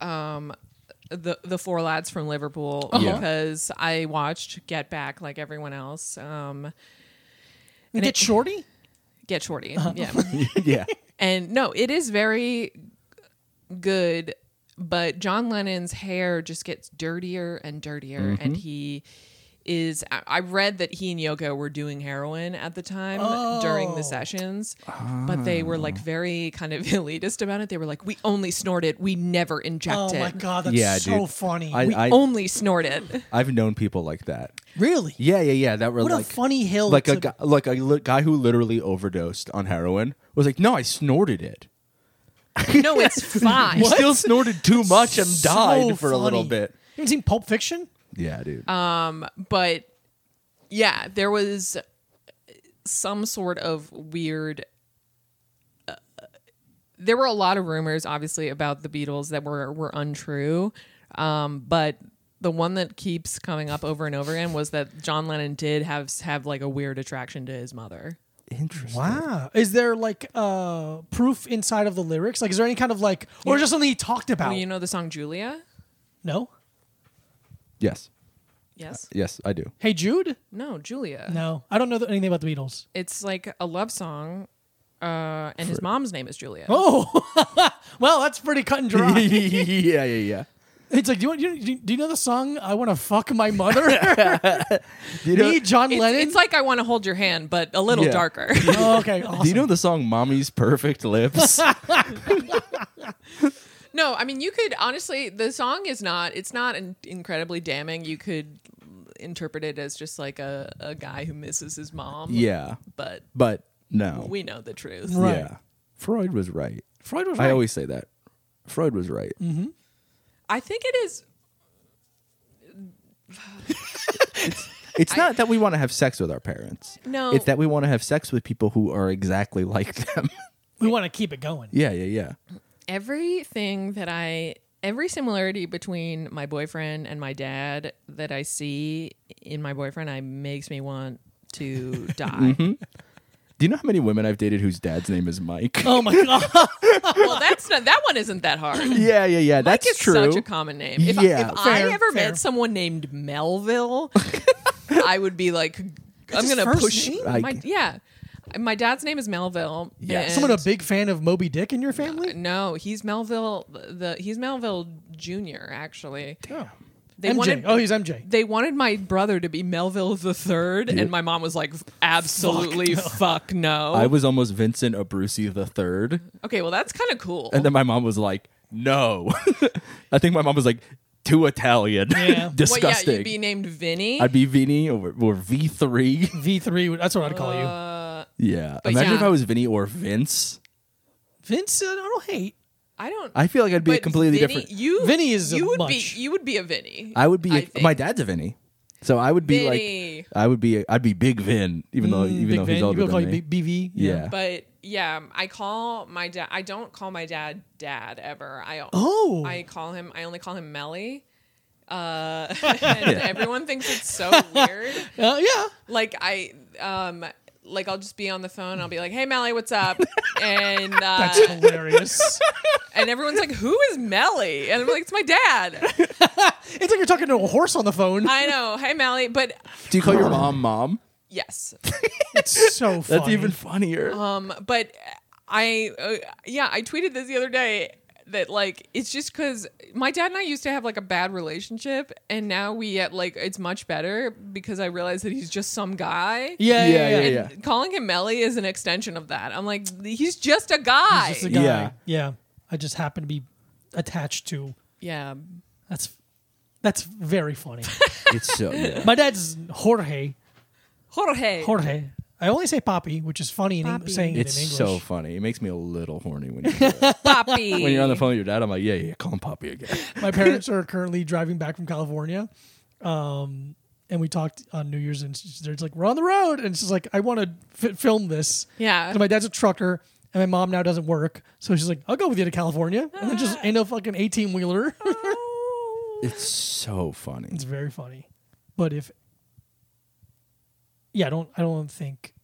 A: um the the four lads from liverpool
C: Uh-huh.
B: Yeah.
A: because i watched get back like everyone else um
C: Get shorty?
A: get shorty
C: Uh-huh.
A: yeah
B: yeah.
A: And no, it is very good, but John Lennon's hair just gets dirtier and dirtier.
C: Mm-hmm.
A: And he is, I- I read that he and Yoko were doing heroin at the time during
C: Oh. Ah.
A: the sessions, but they were like very kind of elitist about it. They were like, we only snort it, we never inject
C: Oh
A: it.
C: my god, that's
B: Yeah,
C: so
B: dude.
C: funny.
B: I,
A: We
B: I
A: only snort it.
B: I've known people like that.
C: really?
B: Yeah, yeah, yeah. That were
C: What a
B: like
C: funny hill
B: Like
C: to-
B: a guy, like a li- guy who literally overdosed on heroin was like, no, I snorted it.
A: no, it's fine.
B: You still snorted too much and
C: So
B: died for a
C: funny. Um,
B: little bit.
C: You haven't seen Pulp Fiction?
B: Yeah, dude.
A: but yeah, there was some sort of weird. uh, there were a lot of rumors, obviously, about the Beatles that were were untrue, um, but the one that keeps coming up over and over again was that John Lennon did have have like a weird attraction to his mother.
B: Interesting.
C: Wow. Is there like uh proof inside of the lyrics? Like is there any kind of like or just something he talked about?
A: You know the song Julia?
C: no?
B: Yes,
A: Yes.
B: yes, I do.
C: Hey Jude?
A: No, Julia.
C: Uh, No. I don't know th- anything about the Beatles.
A: It's like a love song, uh, and his mom's name is Julia.
C: Oh. well, that's pretty cut and dry.
B: yeah, yeah, yeah.
C: it's like do you, want, do you do you know the song I want to fuck my mother?
B: You know,
C: Me John
A: It's,
C: Lennon?
A: it's like I want to hold your hand, but a little
B: Yeah.
A: darker.
C: oh, okay. Awesome.
B: do you know the song "Mommy's Perfect Lips"?
A: No, I mean you could honestly. The song is not. It's not in- incredibly damning. You could interpret it as just like a, a guy who misses his mom.
B: yeah,
A: but
B: but no.
A: we know the truth.
C: Right.
B: Yeah, Freud was right.
C: Freud was
B: I
C: right. Mm-hmm.
B: always say that. Freud was right.
A: I think it is.
B: It's not that we want to have sex with our parents.
A: No.
B: it's that we want to have sex with people who are exactly like them.
C: we want to keep it going.
B: yeah, yeah, yeah.
A: everything that I every similarity between my boyfriend and my dad that I see in my boyfriend, I makes me want to die.
B: Do you know how many women I've dated whose dad's name is Mike?
C: Oh my god.
A: Well, that's not. That one isn't that hard.
B: yeah, yeah, yeah.
A: Mike
B: That's
A: is
B: true.
A: such a common name. If, I-
B: Yeah.
A: if
C: Fair,
A: I ever
C: fair.
A: met someone named Melville, I would be like, I'm
C: his
A: gonna
C: first
A: push.
C: name?
B: I-
A: My, yeah, my dad's name is Melville.
B: Yeah.
A: and-
C: Someone a big fan of Moby Dick in your family?
A: No, he's Melville. The he's Melville Junior. Actually,
C: No.
A: They
C: MJ.
A: wanted-
C: oh, he's MJ.
A: they wanted my brother to be Melville the Third, and my mom was like, absolutely fuck no.
B: I was almost Vincent Abruzzi the third,
A: okay, well that's kind of cool.
B: and then my mom was like, "No." I think my mom was like, "Too Italian,
C: yeah, you'd
A: well,
B: disgusting."
A: yeah, you'd be named Vinny.
B: I'd be Vinny or, or V three.
C: V three. That's what I'd call you.
B: Uh, Yeah.
A: But
B: Imagine
A: yeah.
B: if I was Vinny or Vince.
C: Vince. I don't hate.
A: I don't.
B: I feel like I'd be a
A: but
B: completely
A: Vinny-
B: different.
A: You,
C: Vinny is a
A: you would
C: much.
A: be you would be a Vinny.
B: I would be.
A: I think.
B: my dad's a Vinny. So I would be
A: Vinny. Mm,
B: like, I would be, I'd be Big Vin, even though, even
C: Big
B: though
C: Vin.
B: he's older
C: People call
B: than me.
C: you B- BV.
B: yeah.
A: But yeah, I call my dad. I don't call my dad dad ever. I
C: Oh.
A: I call him. I only call him Melly. Uh, and everyone thinks it's so weird.
C: Uh, yeah.
A: Like I um. Like I'll just be on the phone. I'll be like, "Hey, Melly, what's up?" And uh,
C: That's hilarious.
A: and everyone's like, "Who is Melly?" And I'm like, "It's my dad."
C: it's like you're talking to a horse on the phone.
A: I know, "Hey, Melly," but
B: Do you call your mom mom?
A: yes,
C: It's so funny.
B: That's even funnier.
C: Uh-huh.
A: Um, but I, uh, yeah, I tweeted this the other day that like it's just because my dad and I used to have like a bad relationship, and now we at like it's much better because I realized that he's just some guy.
C: Yeah, yeah,
B: Yeah,
C: yeah.
B: yeah,
A: And calling him Melly is an extension of that. I'm like, he's just a guy.
C: Just a guy. Yeah.
B: Yeah.
C: I just happen to be attached to.
A: yeah.
C: That's that's very funny.
B: it's so yeah.
C: My dad's Jorge.
A: Jorge.
C: Jorge. I only say Papi, which is funny in Eng-
A: Papi.
C: saying
B: It's
C: it in English.
B: so funny. It makes me a little horny when you do that.
A: Papi.
B: when you're on the phone with your dad. I'm like, yeah, yeah, call him Poppy again.
C: My parents are currently driving back from California. Um, and we talked on New Year's, and she's they're just like, we're on the road. And she's like, I want to f- film this.
A: Yeah.
C: And my dad's a trucker, and my mom now doesn't work. So she's like, I'll go with you to California. And then
A: Ah.
C: just in a fucking 18 wheeler.
B: It's so funny.
C: It's very funny. But if Yeah, I don't I don't think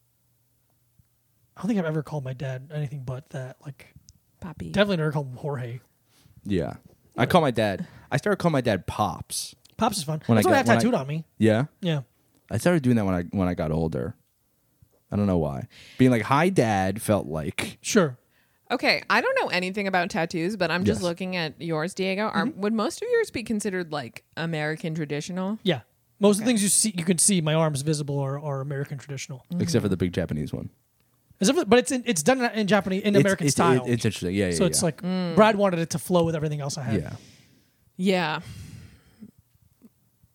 C: I don't think I've ever called my dad anything but that. Like
A: Papi.
C: definitely never called him Jorge.
B: Yeah. I call my dad. I started calling my dad Pops.
C: Pops is fun.
B: When I
C: That's why I
B: got-
C: have
B: when I-
C: tattooed on me.
B: Yeah.
C: Yeah.
B: I started doing that when I when I got older. I don't know why. Being like, "Hi, Dad," felt like
C: Sure.
A: Okay, I don't know anything about tattoos, but I'm just
B: Yes. Mm-hmm.
A: looking at yours, Diego. Are, Would most of yours be considered like American traditional?
C: Yeah. Most of the things you see you can see my arms visible are, are American traditional.
B: except for the big Japanese one.
C: Except for- but it's in, it's done in Japanese in
B: It's-
C: American
B: it's,
C: style.
B: it- it's interesting. Yeah, yeah.
C: so it's
B: yeah.
C: like
A: Mm.
C: Brad wanted it to flow with everything else I had.
B: yeah.
A: Yeah.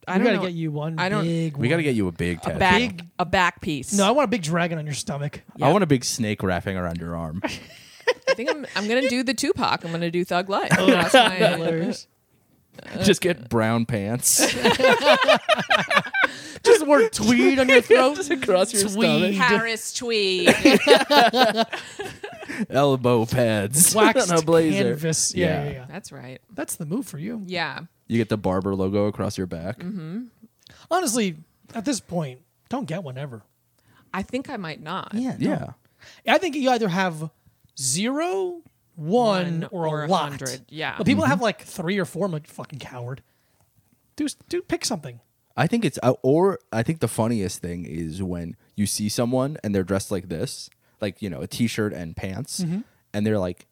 A: I
C: We
A: don't
C: gotta
A: know.
C: get you one
A: I don't-
C: big
B: We got to
C: one.
B: get you a big
A: a
B: tattoo.
A: back
C: Big-
A: a back piece.
C: No, I want a big dragon on your stomach.
B: I want a big snake wrapping around your arm.
A: I think I'm I'm gonna do the Tupac. I'm gonna do Thug Life.
C: Oh,
A: That's my-
C: Hilarious.
B: Just get brown pants
C: Just the word tweed on your throat.
B: Just across your
C: Tweed.
A: Harris Tweed.
B: stomach, elbow pads,
C: waxed
B: and a blazer.
C: canvas. Yeah, yeah, yeah,
A: That's right.
C: That's the move for you.
A: Yeah.
B: You get the barber logo across your back.
C: Mm-hmm. Honestly, at this point, don't get one ever.
A: I think I might not.
B: Yeah.
C: I think you either have zero, one,
A: One
C: or,
A: or a
C: a lot.
A: hundred, yeah. Mm-hmm.
C: But people that have like three or four. I'm like fucking coward. Do do pick something.
B: I think it's uh, or I think the funniest thing is when you see someone and they're dressed like this, like you know, a t-shirt and pants,
C: Mm-hmm.
B: and they're like,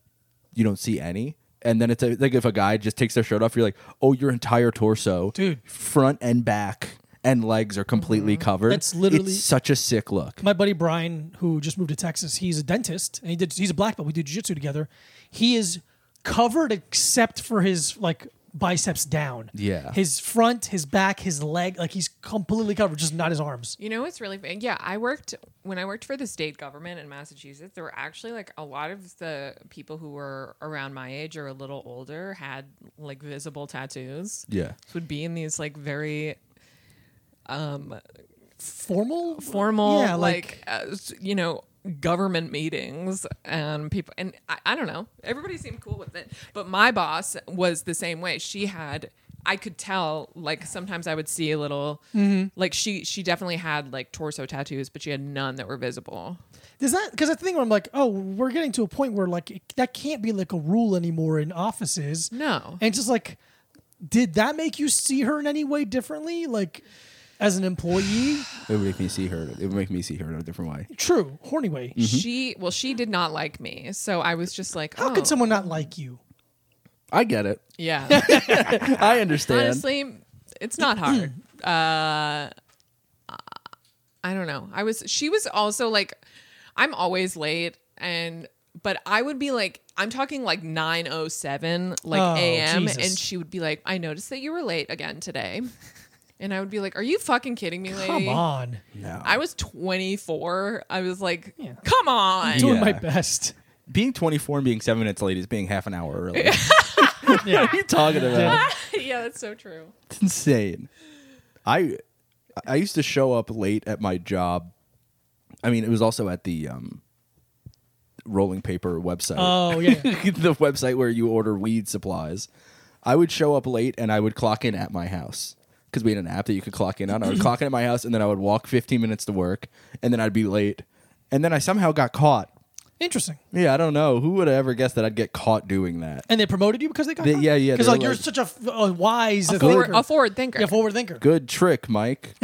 B: you don't see any, and then it's a, like if a guy just takes their shirt off, you're like, oh, your entire torso,
C: Dude. Mm-hmm.
B: front and back and legs are completely covered.
C: That's literally-
B: It's such a sick look.
C: My buddy Brian, who just moved to Texas, he's a dentist and he did. He's a black belt. We do jujitsu together. He is covered except for his like biceps down.
B: Yeah.
C: His front, his back, his leg, like he's completely covered, just not his arms.
A: You know what's really fa- yeah, I worked when I worked for the state government in Massachusetts, there were actually like a lot of the people who were around my age or a little older had like visible tattoos.
B: Yeah.
A: Would be in these like very
C: Formal,
A: formal
C: yeah,
A: like, uh, s- you know government meetings and people and I, I don't know everybody seemed cool with it but my boss was the same way she had i could tell like sometimes i would see a little
C: Mm-hmm.
A: like she she definitely had like torso tattoos but she had none that were visible
C: Does that because I think I'm like, oh, we're getting to a point where like it- that can't be like a rule anymore in offices.
A: No.
C: and it's just like, did that make you see her in any way differently, like as an employee?
B: It would make me see her. It would make me see her in a different way.
C: True, horny way.
B: Mm.
A: she well she did not like me so i was just like
C: Mm-hmm. How
A: oh
C: could someone not like you?
B: I get it.
A: yeah
B: I understand.
A: honestly it's not hard uh i don't know i was she was also like i'm always late and but i would be like i'm talking like 907 like
C: Oh,
A: am
C: Jesus.
A: and she would be like i noticed that you were late again today and i would be like are you fucking kidding me lady
C: Come on,
B: no.
A: i was 24 i was like
C: Yeah.
A: come on
C: doing
B: Yeah.
C: my best.
B: being 24 and being seven minutes late is being half an hour early. what are you talking about?
A: yeah that's so true
B: It's insane. I I- I used to show up late at my job. I mean, it was also at the um, rolling paper website.
C: Oh yeah, yeah.
B: the website where you order weed supplies. I would show up late and I would clock in at my house because we had an app that you could clock in on. I would clock in at my house and then I would walk 15 minutes to work and then I'd be late. And then I somehow got caught.
C: interesting.
B: Yeah, I don't know. Who would have ever guessed that I'd get caught doing that?
C: And they promoted you because they got
B: They- yeah, yeah,
C: Because
B: they
C: like
B: were
C: you're
B: like-
C: such a, f- a wise
A: A forward,
C: thinker.
A: a forward thinker.
C: yeah, forward thinker.
B: Good trick, Mike.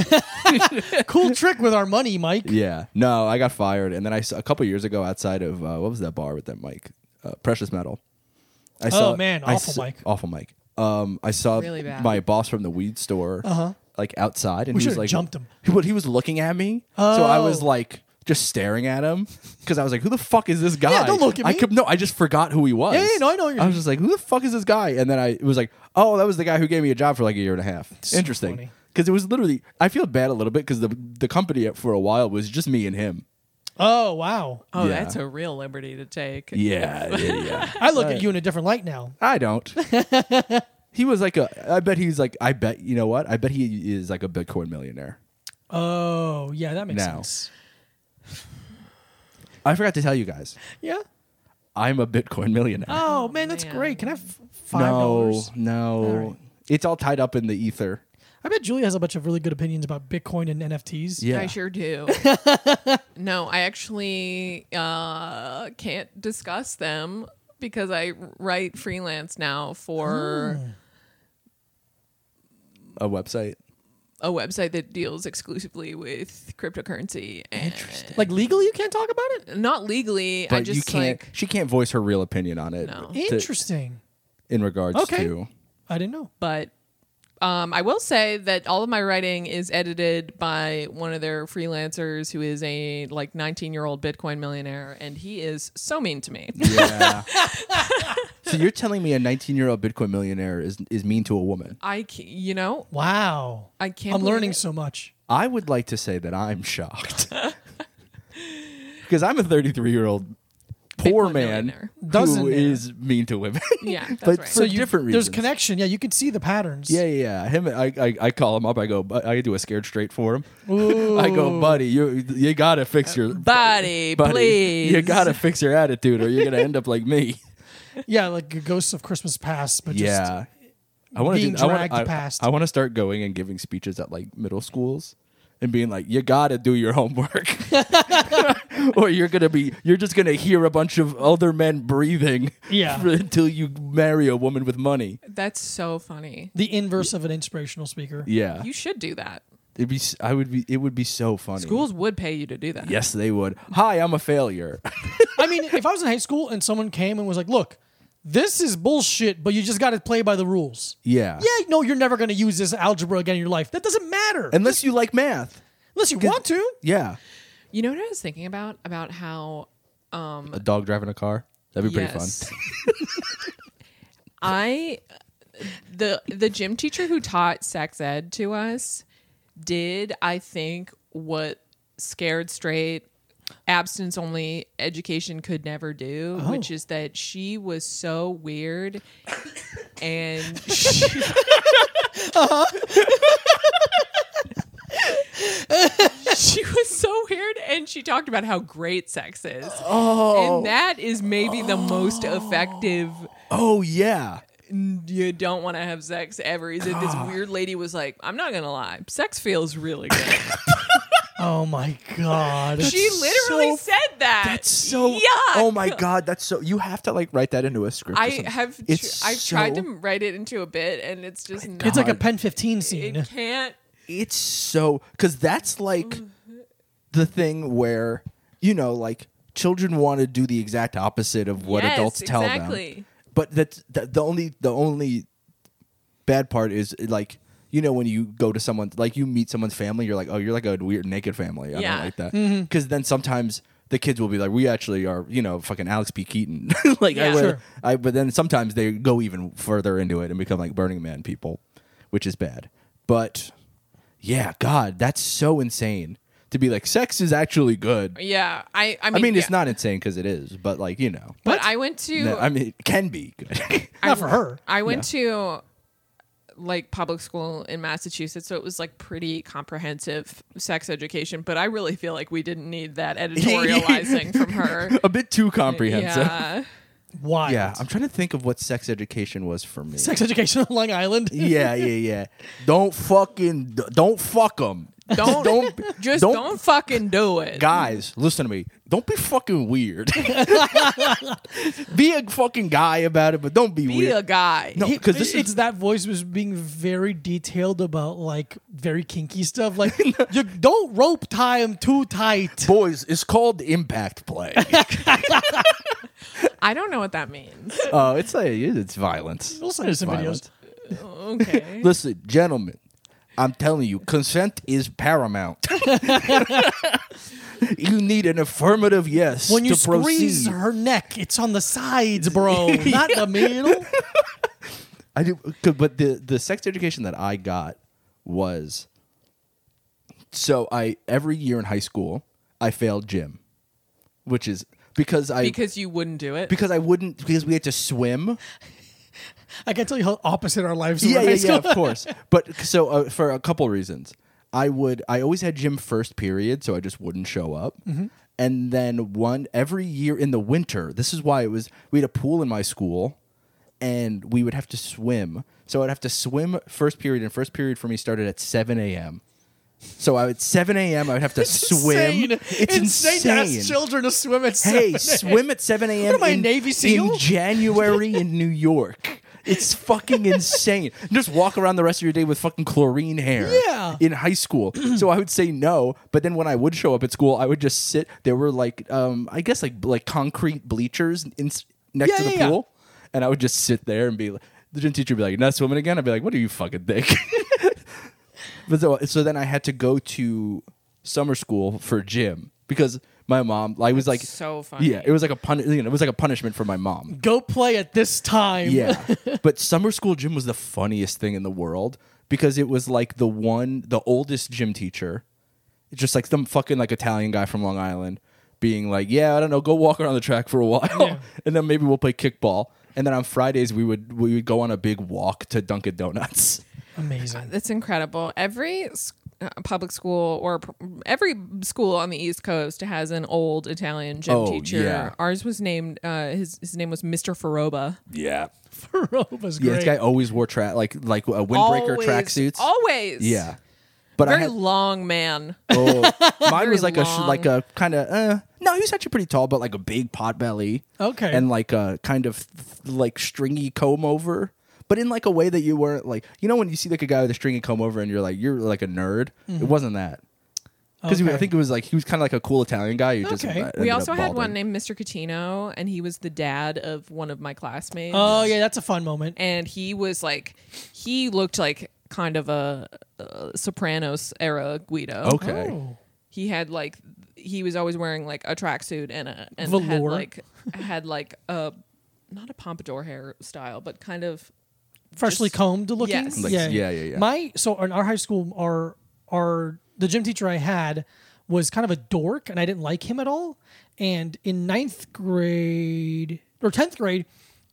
C: cool trick with our money, Mike.
B: yeah. No, I got fired. And then I saw a couple years ago outside of uh, what was that bar with that Mike? Uh, Precious Metal. I
C: Oh, man, Awful
B: saw-
C: Mike.
B: Awful Mike. Um, I saw
A: Really bad.
B: my boss from the weed store, uh-huh. like outside, and
C: We
B: he was
C: should've
B: like,
C: jumped him.
B: He, but he was looking at me, so I was
C: Oh.
B: like just staring at him because I was like, "Who the fuck is this guy?"
C: don't look at
B: I
C: me.
B: could, no, I just forgot who he was.
C: Yeah, yeah, no, I know what you're
B: I was just like, "Who the fuck is this guy?" And then I it was like, "Oh, that was the guy who gave me a job for like a year and a half."
C: So
B: Interesting.
C: funny.
B: Because it was literally, I feel bad a little bit because the the company for a while was just me and him.
C: Oh wow,
A: Oh,
B: Yeah.
A: that's a real liberty to take.
B: Yeah, yeah, yeah.
C: I look at you in a different light now.
B: I don't. he was like a. I bet he's like. I bet you know what? I bet he is like a Bitcoin millionaire.
C: Oh yeah, that makes
B: Now.
C: sense.
B: I forgot to tell you guys.
C: Yeah.
B: I'm a Bitcoin millionaire.
C: Oh man, that's
A: man.
C: great. Can I have five
B: no,
C: dollars?
B: no,
C: All right.
B: it's all tied up in the ether.
C: I bet Julia has a bunch of really good opinions about Bitcoin and NFTs.
B: Yeah.
A: I sure do. no, I actually uh, can't discuss them because I write freelance now for
B: A website. Oh.
A: a website that deals exclusively with cryptocurrency. And Interesting.
C: Like legally, you can't talk about it.
A: Not legally.
B: But
A: I just
B: you can't.
A: like.
B: she can't voice her real opinion on it.
A: No.
B: to-
C: Interesting.
B: in regards
C: Okay.
B: to.
C: I didn't know.
A: but um, I will say that all of my writing is edited by one of their freelancers who is a like 19 year old Bitcoin millionaire, and he is so mean to me.
B: Yeah. so you're telling me a 19 year old Bitcoin millionaire is is mean to a woman?
A: I, ca- you know,
C: Wow.
A: I can't.
C: I'm
A: believe
C: learning
A: it.
C: so much.
B: I would like to say that I'm shocked because I'm a 33 year old poor
A: Bitcoin
B: man
A: millionaire.
B: who
C: Doesn't it?
B: is mean to women.
A: Yeah, that's
B: but
A: right.
B: for
A: So
C: you-
B: different
C: There's
B: reasons.
C: connection. Yeah, you can see the patterns.
B: Yeah, yeah, yeah. Him, I, I, I call him up. I go, "Bu- I do a scared straight for him. I go, buddy, you, you gotta fix your
A: Body,
B: buddy,
A: Uh, please.
B: You gotta fix your attitude, or you're gonna end up like me.
C: Yeah, like Ghosts of Christmas Past, but
B: yeah, I want
C: being
B: to. I want
C: dragged
B: to. I,
C: past.
B: I want to start going and giving speeches at like middle schools and being like, you gotta do your homework, or you're gonna be, you're just gonna hear a bunch of other men breathing.
C: Yeah.
B: until you marry a woman with money.
A: That's so funny.
C: just the inverse of an inspirational speaker.
B: Yeah,
A: You should do that.
B: it'd be. s- I would be. It would be so funny.
A: Schools would pay you to do that.
B: Yes, they would. Hi, I'm a failure.
C: I mean, if I was in high school and someone came and was like, "Look, this is bullshit, but you just got to play by the rules."
B: yeah.
C: Yeah, no, you're never going to use this algebra again in your life. That doesn't matter
B: Unless you like math.
C: unless you want to.
B: Yeah.
A: You know what I was thinking about? About how
B: A dog driving a car. That'd be pretty
A: yes. I the the gym teacher who taught sex ed to us did I think what scared straight abstinence only education could never do,
B: Oh.
A: which is that she was so weird and she,
B: Uh-huh.
A: she was so weird and she talked about how great sex is.
B: Oh.
A: And that is maybe the most effective
B: fun. Oh yeah.
A: you don't want to have sex ever is that this weird lady was like, I'm not gonna lie, sex feels really good.
C: Oh my god,
A: she literally
B: so-
A: said that.
B: That's so
A: yeah.
B: Oh my god, that's so you have to like write that into a script. or
A: I
B: something.
A: have tr-
B: it's
A: I've tried
B: so-
A: to write it into a bit and it's just not
C: it's like a Pen 15 scene.
A: it can't
B: it's so cuz that's like the thing where you know like children want to do the exact opposite of what
A: Yes,
B: adults tell them.
A: exactly.
B: But that's that, the only the only bad part is like you know when you go to someone like you meet someone's family you're like oh you're like a weird naked family i
A: Yeah.
B: don't like that because then sometimes the kids will be like we actually are you know fucking alex p keaton like I,
A: Yeah.
B: would-
C: Sure.
B: I but then sometimes they go even further into it and become like burning man people which is bad but yeah god that's so insane to be like sex is actually good
A: yeah. I I mean,
B: i mean it's
A: yeah.
B: not insane because it is but like you know
A: but I went to
B: No, i mean it can be good
C: Not for her.
A: I went to like public school in Massachusetts, so it was like pretty comprehensive sex education. But I really feel like we didn't need that editorializing from her.
B: a bit too comprehensive. Yeah.
A: Yeah.
C: Why?
B: I'm trying to think of what sex education was for me.
C: sex education on Long Island.
B: yeah, yeah, yeah. Don't fucking don't fuck them.
A: Don't,
B: Don't-
A: just
B: don't-
A: don't, fucking do it.
B: Guys, listen to me. Don't be fucking weird. be a fucking guy about it, but don't be,
A: Be
B: weird.
A: a guy.
B: no,
C: He-
B: because this
C: it's
B: is
C: that voice was being very detailed about like very kinky stuff. Like you don't rope tie him too tight.
B: boys. It's called impact play.
A: I don't know what that means.
B: uh, it's like it's violence.
C: We'll send you some
B: Violence.
C: videos.
A: Okay.
B: Listen, gentlemen, I'm telling you, consent is paramount. you need an affirmative yes
C: When you
B: to proceed.
C: squeeze her neck, it's on the sides, bro, not the middle.
B: I do, 'cause- but the the sex education that I got was so I every year in high school I failed gym, which is because I because,
A: because you wouldn't do it.
B: I wouldn't because we had to swim.
C: I can tell you how opposite our lives were.
B: Yeah,
C: in
B: yeah,
C: high
B: yeah,
C: school.
B: of course. But so uh, for a couple reasons, I would I always had gym first period, so I just wouldn't show up.
C: Mm-hmm.
B: And then one every year in the winter, this is why it was we had a pool in my school, and we would have to swim. So I'd have to swim first period, and first period for me started at seven a.m. So I would seven a.m. I would have to swim.
C: Insane.
B: It's insane.
C: insane, to ask children to swim at
B: Hey,
C: seven.
B: swim at 7 a.m.
C: am I, a
B: in,
C: Navy SEAL?
B: in January in New York. It's fucking insane. Just walk around the rest of your day with fucking chlorine hair.
C: Yeah.
B: In high school. so I would say no, but then when I would show up at school, I would just sit. There were like, um, I guess like like concrete bleachers in, next
C: Yeah,
B: to the
C: yeah, yeah.
B: pool, and I would just sit there and be like, the gym teacher would be like, "You're "Not swimming again?" I'd be like, "What do you fucking think?" But so, so then I had to go to summer school for gym because my mom, I was like,
A: so funny.
B: Yeah, it was like a pun. You know, it was like a punishment for my mom.
C: Go play at this time.
B: Yeah, but summer school gym was the funniest thing in the world because it was like the one, the oldest gym teacher, just like some fucking like Italian guy from Long Island, being like, "Yeah, I don't know, go walk around the track for a while, and then maybe we'll play kickball." And then on Fridays we would we would go on a big walk to Dunkin' Donuts.
C: Amazing.
A: That's incredible. Every s- uh, public school or pr- every school on the East Coast has an old Italian gym
B: Oh,
A: teacher.
B: yeah.
A: Ours was named uh, his his name was Mr. Faroba.
B: Yeah,
C: Faroba's
B: yeah.
C: great.
B: This guy always wore tra- like like uh, windbreaker
A: Always,
B: tracksuits.
A: Always.
B: Yeah, but I
A: Very
B: had,
A: long man.
B: oh, mine
A: very
B: was like a sh-
A: long.
B: like a kind of uh, no, he was actually pretty tall, but like a big pot belly.
C: Okay.
B: and like a kind of th- like stringy comb over, but in like a way that you weren't like you know when you see like a guy with a stringy comb over and you're like you're like a nerd.
A: Mm-hmm.
B: It wasn't that because I
C: Okay.
B: think it was like he was kind of like a cool Italian guy. Who just
C: Okay.
B: uh,
A: we
B: ended
A: also
B: up
A: had
B: balding.
A: one named Mr. Catino, and he was the dad of one of my classmates.
C: Oh yeah, that's a fun moment.
A: and he was like, he looked like kind of a, uh Sopranos era Guido.
B: Okay,
C: Oh.
A: he had like he was always wearing like a tracksuit and a and had
C: Velour.
A: like had like a not a pompadour hairstyle, but kind of
C: Freshly combed looking.
A: Yes.
B: Like, yeah, yeah, yeah.
C: My so in our high school, our our the gym teacher I had was kind of a dork, and I didn't like him at all. And in ninth grade or tenth grade.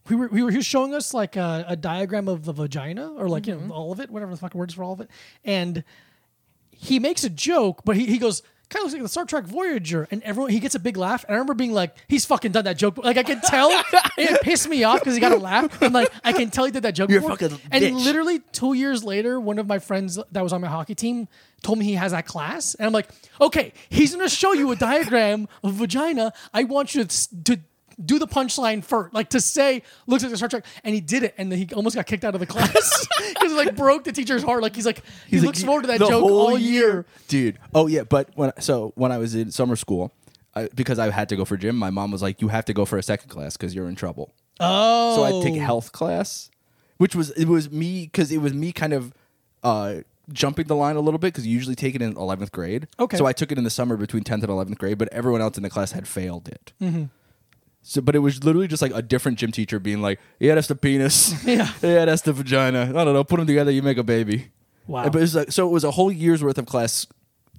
C: We were, we were, he was showing us like a, a diagram of the vagina or like,
A: Mm-hmm.
C: you know, all of it, whatever the fucking words for all of it. And he makes a joke, but he, he goes, kind of looks like the Star Trek Voyager. And everyone, he gets a big laugh. And I remember being like, he's fucking done that joke. Like, I can tell it pissed me off because he got a laugh. I'm like, I can tell he did that joke.
B: You're a
C: before.
B: fucking
C: and
B: bitch.
C: literally two years later, one of my friends that was on my hockey team told me he has that class. And I'm like, okay, he's going to show you a diagram of vagina. I want you to. s- to do the punchline first, like to say, looks like the Star Trek, and he did it, and then he almost got kicked out of the class because it like broke the teacher's heart. Like he's like, he
B: He's
C: looks
B: like,
C: forward to that
B: the
C: joke
B: whole
C: all year.
B: dude. Oh yeah, but when so when I was in summer school, I, because I had to go for gym, my mom was like, "You have to go for a second class because you're in trouble."
C: Oh,
B: So I'd take health class, which was it was me because it was me kind of uh, jumping the line a little bit because you usually take it in eleventh grade.
C: Okay.
B: So I took it in the summer between tenth and eleventh grade, but everyone else in the class had failed it. So, but it was literally just like a different gym teacher being like, "Yeah, that's the penis.
C: Yeah.
B: yeah, that's the vagina. I don't know. Put them together, you make a baby."
C: Wow.
B: And- But it was like, so it was a whole year's worth of class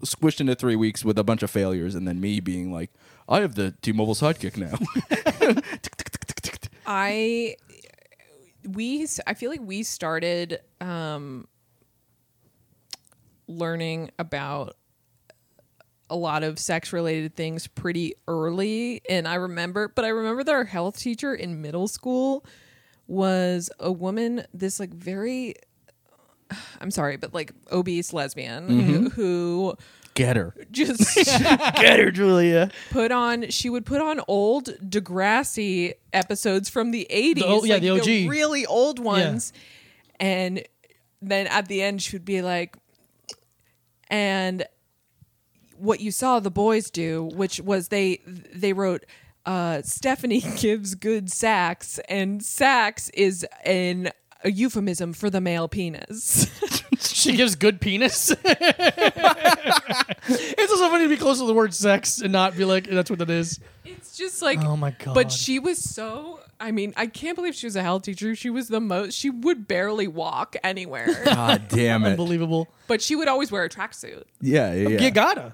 B: squished into three weeks with a bunch of failures, and then me being like, "I have the T-Mobile sidekick now."
A: I we s- I feel like we started um learning about a lot of sex related things pretty early and I remember but I remember that our health teacher in middle school was a woman this like very I'm sorry but like obese lesbian who, who
B: Get her.
A: just
B: Get her, Julia.
A: put on she would put on old Degrassi episodes from the 80s
C: The old- yeah,
A: like
C: the OG.
A: really old ones and then at the end she would be like and what you saw the boys do which was they they wrote uh, Stephanie gives good sax and sax is an a euphemism for the male penis.
C: She gives good penis. it's also funny to be close to the word sex and not be like, that's what it is.
A: it's just like
C: Oh my God.
A: But she was so. I mean, I can't believe she was a health teacher. She was the most. She would barely walk anywhere,
B: God damn it.
C: Unbelievable.
A: but she would always wear a tracksuit.
B: Yeah, yeah, yeah.
C: You gotta.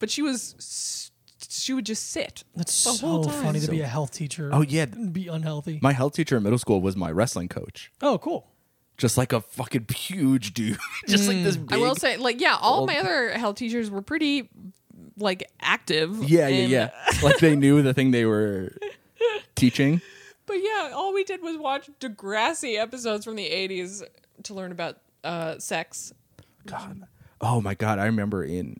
A: But she was. s- She would just sit.
C: That's
A: The
C: so
A: whole time.
C: funny to be a health teacher.
B: Oh, yeah.
C: And be unhealthy.
B: My health teacher in middle school was my wrestling coach.
C: oh, cool.
B: Just like a fucking huge dude. Just like this big.
A: I will say, like, yeah, all
B: Old-
A: my other health teachers were pretty, like, active.
B: yeah, yeah,
A: and-
B: yeah. like they knew the thing they were teaching.
A: But yeah, all we did was watch Degrassi episodes from the '80s to learn about uh, sex.
B: God. Oh my God. I remember in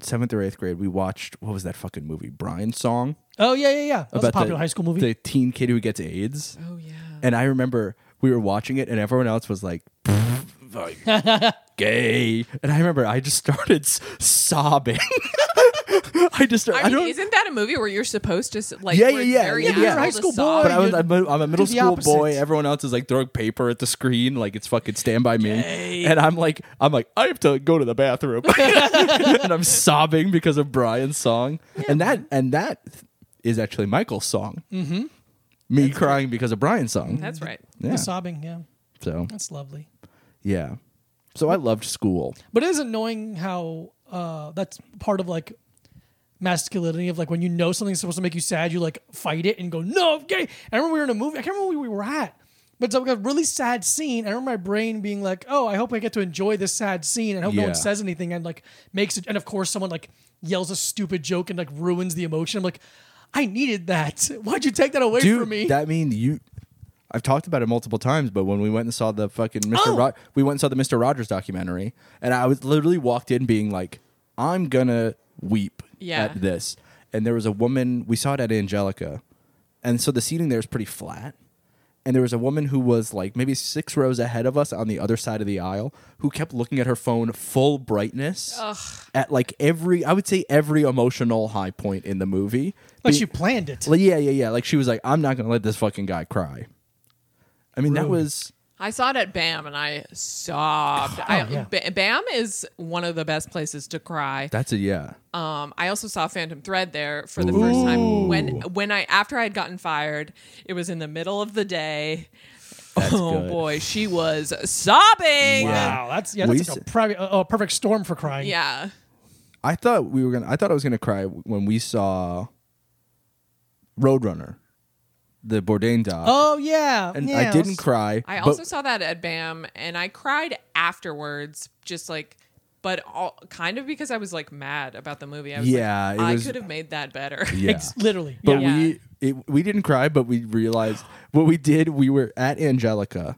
B: seventh or eighth grade, we watched, what was that fucking movie? Brian's Song?
C: Oh, yeah, yeah, yeah. That was a popular
B: the-
C: high school movie.
B: The teen kid who gets AIDS.
A: Oh yeah.
B: And I remember we were watching it, and everyone else was like, like, gay. And I remember I just started s- sobbing. I just, started,
A: I
B: I,
A: mean,
B: don't.
A: isn't that a movie where you're supposed to s- like?
B: Yeah,
A: we're
B: yeah, yeah,
A: very
B: yeah,
A: natural
B: yeah.
A: to
B: High
C: school
A: sob?
B: But I was,
C: You're-
B: I'm, a, I'm a middle
C: the
B: school boy.
C: opposite.
B: Everyone else is like throwing paper at the screen, like it's fucking Stand by Me. And I'm like, I'm like, I have to go to the bathroom, and I'm sobbing because of Brian's song. And that, and that is actually Michael's song. Mm-hmm. Me crying because of Brian's song.
A: That's right.
B: yeah.
C: The sobbing, yeah.
B: So
C: That's lovely.
B: Yeah. So I loved school.
C: But it is annoying how uh, that's part of like masculinity of like when you know something's supposed to make you sad, you like fight it and go, no, I'm gay. I remember we were in a movie. I can't remember where we were at, but it's like a really sad scene. I remember my brain being like, oh, I hope I get to enjoy this sad scene. And I hope no
B: Yeah.
C: one says anything and like makes it. And of course, someone like yells a stupid joke and like ruins the emotion. I'm like, I needed that. Why'd you take that away from me?
B: that means you. I've talked about it multiple times, but when we went and saw the fucking Mr.
C: Oh.
B: Ro- we went and saw the Mr. Rogers documentary, and I was literally walked in being like, "I'm gonna weep
A: Yeah.
B: at this." And there was a woman. We saw it at Angelica, and so the seating there is pretty flat. And there was a woman who was like maybe six rows ahead of us on the other side of the aisle, who kept looking at her phone full brightness at like every, I would say every emotional high point in the movie.
C: but
B: Be-
C: you planned it.
B: Like, yeah, yeah, yeah. Like she was like, I'm not gonna let this fucking guy cry. I mean, that
C: Rude.
B: was
A: I saw it at BAM and I
B: Oh,
A: sobbed. I,
C: yeah.
A: Ba- BAM is one of the best places to cry.
B: that's a yeah.
A: Um, I also saw Phantom Thread there for the first time when when I after I had gotten fired. It was in the middle of the day. oh
B: good.
A: boy, she was sobbing.
B: Yeah.
C: Wow, that's yeah,
B: We
C: that's like a,
B: used
C: private, a, a perfect storm for crying.
A: Yeah.
B: I thought we were gonna. I thought I was gonna cry when we saw Roadrunner, the Bourdain doc,
C: Oh yeah,
B: and
C: yeah,
B: I didn't
C: was-
B: cry.
A: I
B: but
A: also saw that at BAM and I cried afterwards, just like, but all, kind of because I was like mad about the movie. I was
B: Yeah,
A: like,
B: it
A: I
B: was-
A: could have made that better.
B: yeah.
C: Ex- literally.
B: but
A: Yeah.
B: we it, we didn't cry, but we realized what we did. We were at Angelica,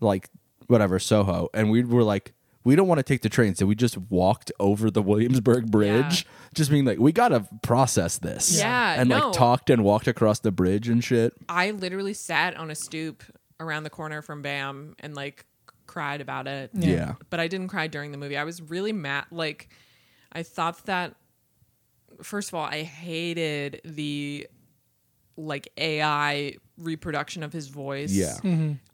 B: like whatever Soho, and we were like, we don't want to take the train, so we just walked over the Williamsburg Bridge, just being like, we gotta process this,
A: Yeah. Yeah,
B: and
A: no.
B: like talked and walked across the bridge and shit.
A: I literally sat on a stoop around the corner from BAM and like cried about it.
B: Yeah. Yeah.
A: But I didn't cry during the movie. I was really mad. Like, I thought that, first of all, I hated the like AI reproduction of his voice.
B: Yeah.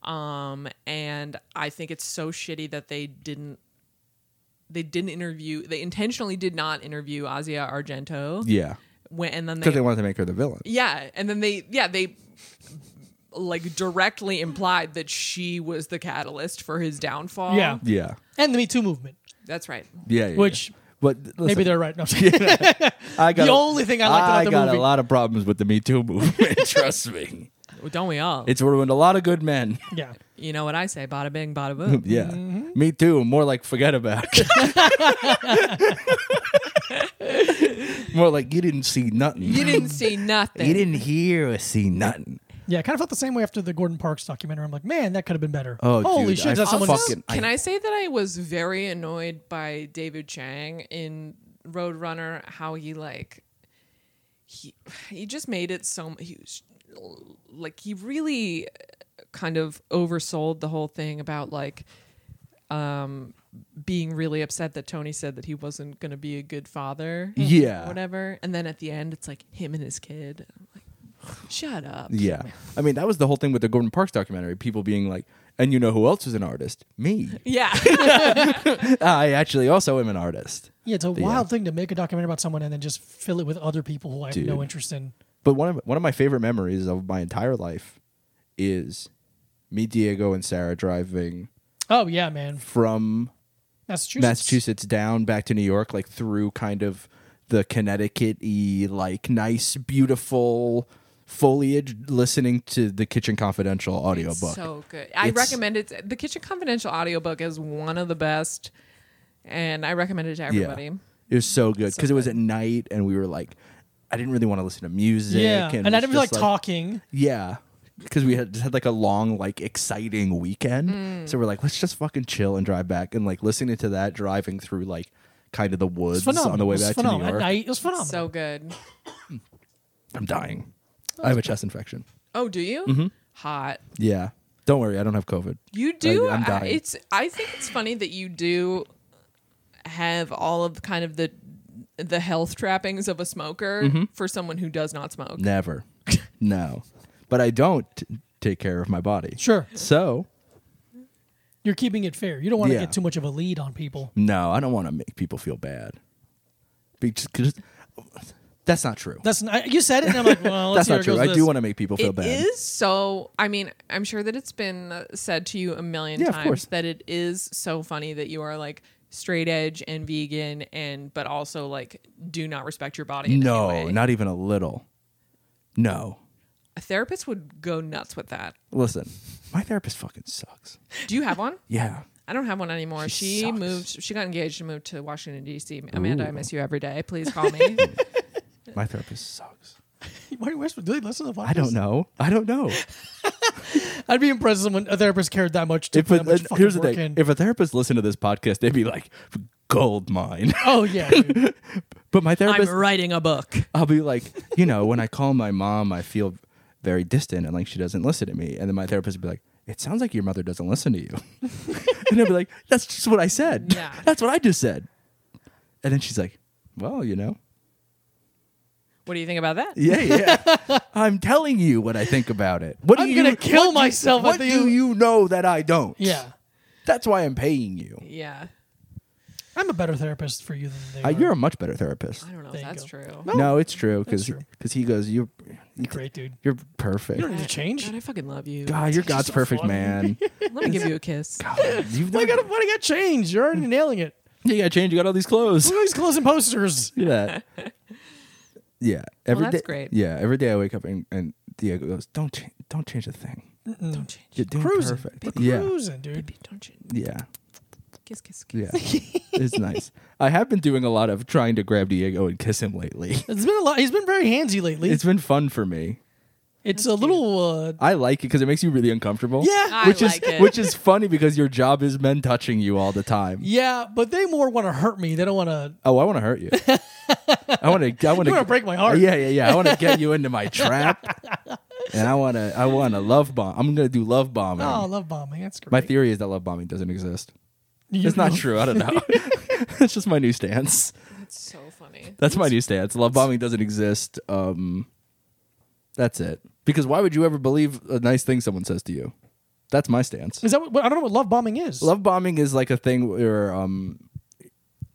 A: Um, and I think it's so shitty that they didn't. They didn't interview. They intentionally did not interview Asia Argento.
B: Yeah,
A: When, and then
B: because they wanted to make her the villain.
A: yeah, and then they yeah, they like directly implied that she was the catalyst for his downfall.
C: Yeah.
B: Yeah,
C: and the Me Too movement,
A: That's right.
B: yeah, yeah
C: which
B: yeah. but listen,
C: maybe they're right. No, I'm kidding.
B: I got
C: the
B: a-
C: only thing I liked about the
B: got
C: movie-
B: a lot of problems with the Me Too movement. trust me.
A: Well, Don't we all?
B: It's ruined a lot of good men.
C: Yeah.
A: you know what I say, bada bing, bada boom.
B: yeah.
A: Mm-hmm.
B: Me too. More like forget about it. More like you didn't see nothing.
A: You didn't see nothing.
B: You didn't hear or see nothing.
C: Yeah, I kind of felt the same way after the Gordon Parks documentary. I'm like, man, that could have been better.
B: Oh,
C: Holy
B: dude, I
C: shit, that's someone
B: fucking-
A: Can
B: I-
A: I say that I was very annoyed by David Chang in Road Runner? How he like he he just made it so he was, like he really uh, kind of oversold the whole thing about like um being really upset that Tony said that he wasn't going to be a good father. or
B: Yeah.
A: whatever. And then at the end, it's like him and his kid. I'm like, shut up.
B: Yeah. I mean, that was the whole thing with the Gordon Parks documentary. People being like, and you know who else is an artist? Me.
A: Yeah.
B: I actually also am an artist.
C: Yeah, it's a wild thing to make a documentary about someone and then just fill it with other people who I have
B: Dude.
C: no interest in.
B: But one of one of my favorite memories of my entire life is me, Diego, and Sarah driving
C: Oh yeah, man,
B: from
C: Massachusetts.
B: Massachusetts down back to New York, like through kind of the Connecticut y, like nice, beautiful foliage, listening to the Kitchen Confidential
A: It's
B: audiobook.
A: So good. I
B: It's-
A: recommend it. The Kitchen Confidential audiobook is one of the best, and I recommend it to everybody.
B: It was so good
A: So
B: because it was
A: good.
B: at night and we were like, I didn't really want to listen to music.
C: Yeah, and,
B: it
C: I
B: was
C: didn't feel like,
B: just,
C: talking.
B: Yeah. Because we had just had like a long, like exciting weekend.
A: Mm.
B: So we're like, let's just fucking chill and drive back. And like listening to that driving through like kind of the
C: It's
B: woods
C: phenomenal.
B: on the way
C: It was
B: back to New
C: phenomenal.
B: York.
C: At night, it was phenomenal.
A: So good.
B: I'm dying. I have a chest infection.
A: Oh, do you?
B: Mm-hmm.
A: Hot.
B: Yeah. Don't worry, I don't have COVID.
A: You do.
B: I- Oh, I'm dying.
A: it's. I think it's funny that you do have all of kind of the the health trappings of a smoker
B: Mm-hmm.
A: for someone who does not smoke.
B: Never. no. But I don't t- take care of my body.
C: sure,
B: So,
C: you're keeping it fair. You don't want to
B: Yeah.
C: get too much of a lead on people.
B: no, I don't want to make people feel bad. Because 'cause- that's not true.
C: That's not, you said it, and I'm like, well,
B: That's
C: let's see
B: not
C: where
B: true.
C: it goes
B: I
C: with
B: do
C: this.
B: want to make people feel
A: It
B: bad.
A: is so. I mean, I'm sure that it's been uh, said to you a million
B: Yeah, of course.
A: times that it is so funny that you are like straight edge and vegan, and but also like do not respect your body. in
B: No,
A: any way.
B: not even a little. No.
A: a therapist would go nuts with that.
B: Listen, my therapist fucking sucks.
A: Do you have one?
B: Yeah.
A: I don't have one anymore.
B: She
A: She,
B: sucks.
A: moved. She got engaged and moved to Washington D.C. Amanda, I miss you every day. Please call me.
B: My therapist sucks.
C: Why do you- do they listen to the podcast?
B: I don't know. I don't know.
C: I'd be impressed if someone a therapist cared that much. To
B: If
C: put
B: a,
C: that much
B: uh,
C: fucking
B: here's the
C: work
B: thing.
C: in.
B: If a therapist listened to this podcast, they'd be like, gold mine.
C: oh yeah, dude.
B: But my
A: I'm
B: therapist,
A: writing a book.
B: I'll be like, you know, when I call my mom, I feel very distant and like she doesn't listen to me. And then my therapist would be like, it sounds like your mother doesn't listen to you. and I'd be like, that's just what I said.
A: Yeah.
B: That's what I just said. And then she's like, well, you know,
A: What do you think about that?
B: Yeah, yeah. I'm telling you what I think about it. What do
C: I'm
B: you,
C: gonna
B: what
C: kill
B: do you-
C: myself
B: What
C: at
B: do
C: the
B: you,
C: end.
B: know that I don't?
C: yeah.
B: That's why I'm paying you.
A: Yeah,
C: I'm a better therapist for you than they
B: Uh,
C: are.
B: you're a much better therapist.
A: I don't know
C: There
A: if
C: you
A: that's
C: go.
A: true.
B: No, it's true because
C: true.
B: because he goes, you're
C: great, dude.
B: you're
C: You don't
B: perfect.
C: need to change.
A: God, I fucking love you.
B: God, you're God's
C: so
B: perfect
C: funny.
B: man.
A: Let me give you a kiss.
B: God, you've
C: Why
B: never,
C: gotta why do you gotta change? You're already nailing it.
B: you gotta change. You got all these clothes.
C: Look at these closing posters.
B: Look at that. Yeah, every
A: that's
B: day-
A: great.
B: Yeah, every day I wake up and, and Diego goes, "Don't change, don't change a thing.
A: Don't change.
B: You're doing
C: Cruising.
B: perfect."
C: Be
B: Yeah,
C: cruising, dude.
A: Baby, don't change.
B: yeah.
A: Kiss, kiss, kiss.
B: Yeah. it's nice. I have been doing a lot of trying to grab Diego and kiss him lately.
C: It's been a lot. He's been very handsy lately.
B: It's
C: It's,
B: been fun for me.
C: a little. Uh,
B: I like it because it makes you really uncomfortable.
C: yeah,
A: I
B: Which is
A: like it.
B: which is funny because your job is men touching you all the time.
C: yeah, but they more want to hurt me. They don't want to.
B: Oh, I want to hurt you. I want to. I want to
C: You wanna break my heart.
B: Yeah, yeah, yeah. I want to get you into my trap, and I want to. I want to love bomb. I'm gonna do love bombing.
C: Oh, love bombing. That's great.
B: Um, my theory is that love bombing doesn't exist.
C: You
B: It's not
C: know.
B: true. I don't know. it's just my new stance.
A: That's so funny.
B: That's my new stance. Love bombing doesn't exist. Um, that's it. Because why would you ever believe a nice thing someone says to you? That's my stance.
C: Is that what, I don't know what love bombing is.
B: Love bombing is like a thing where um,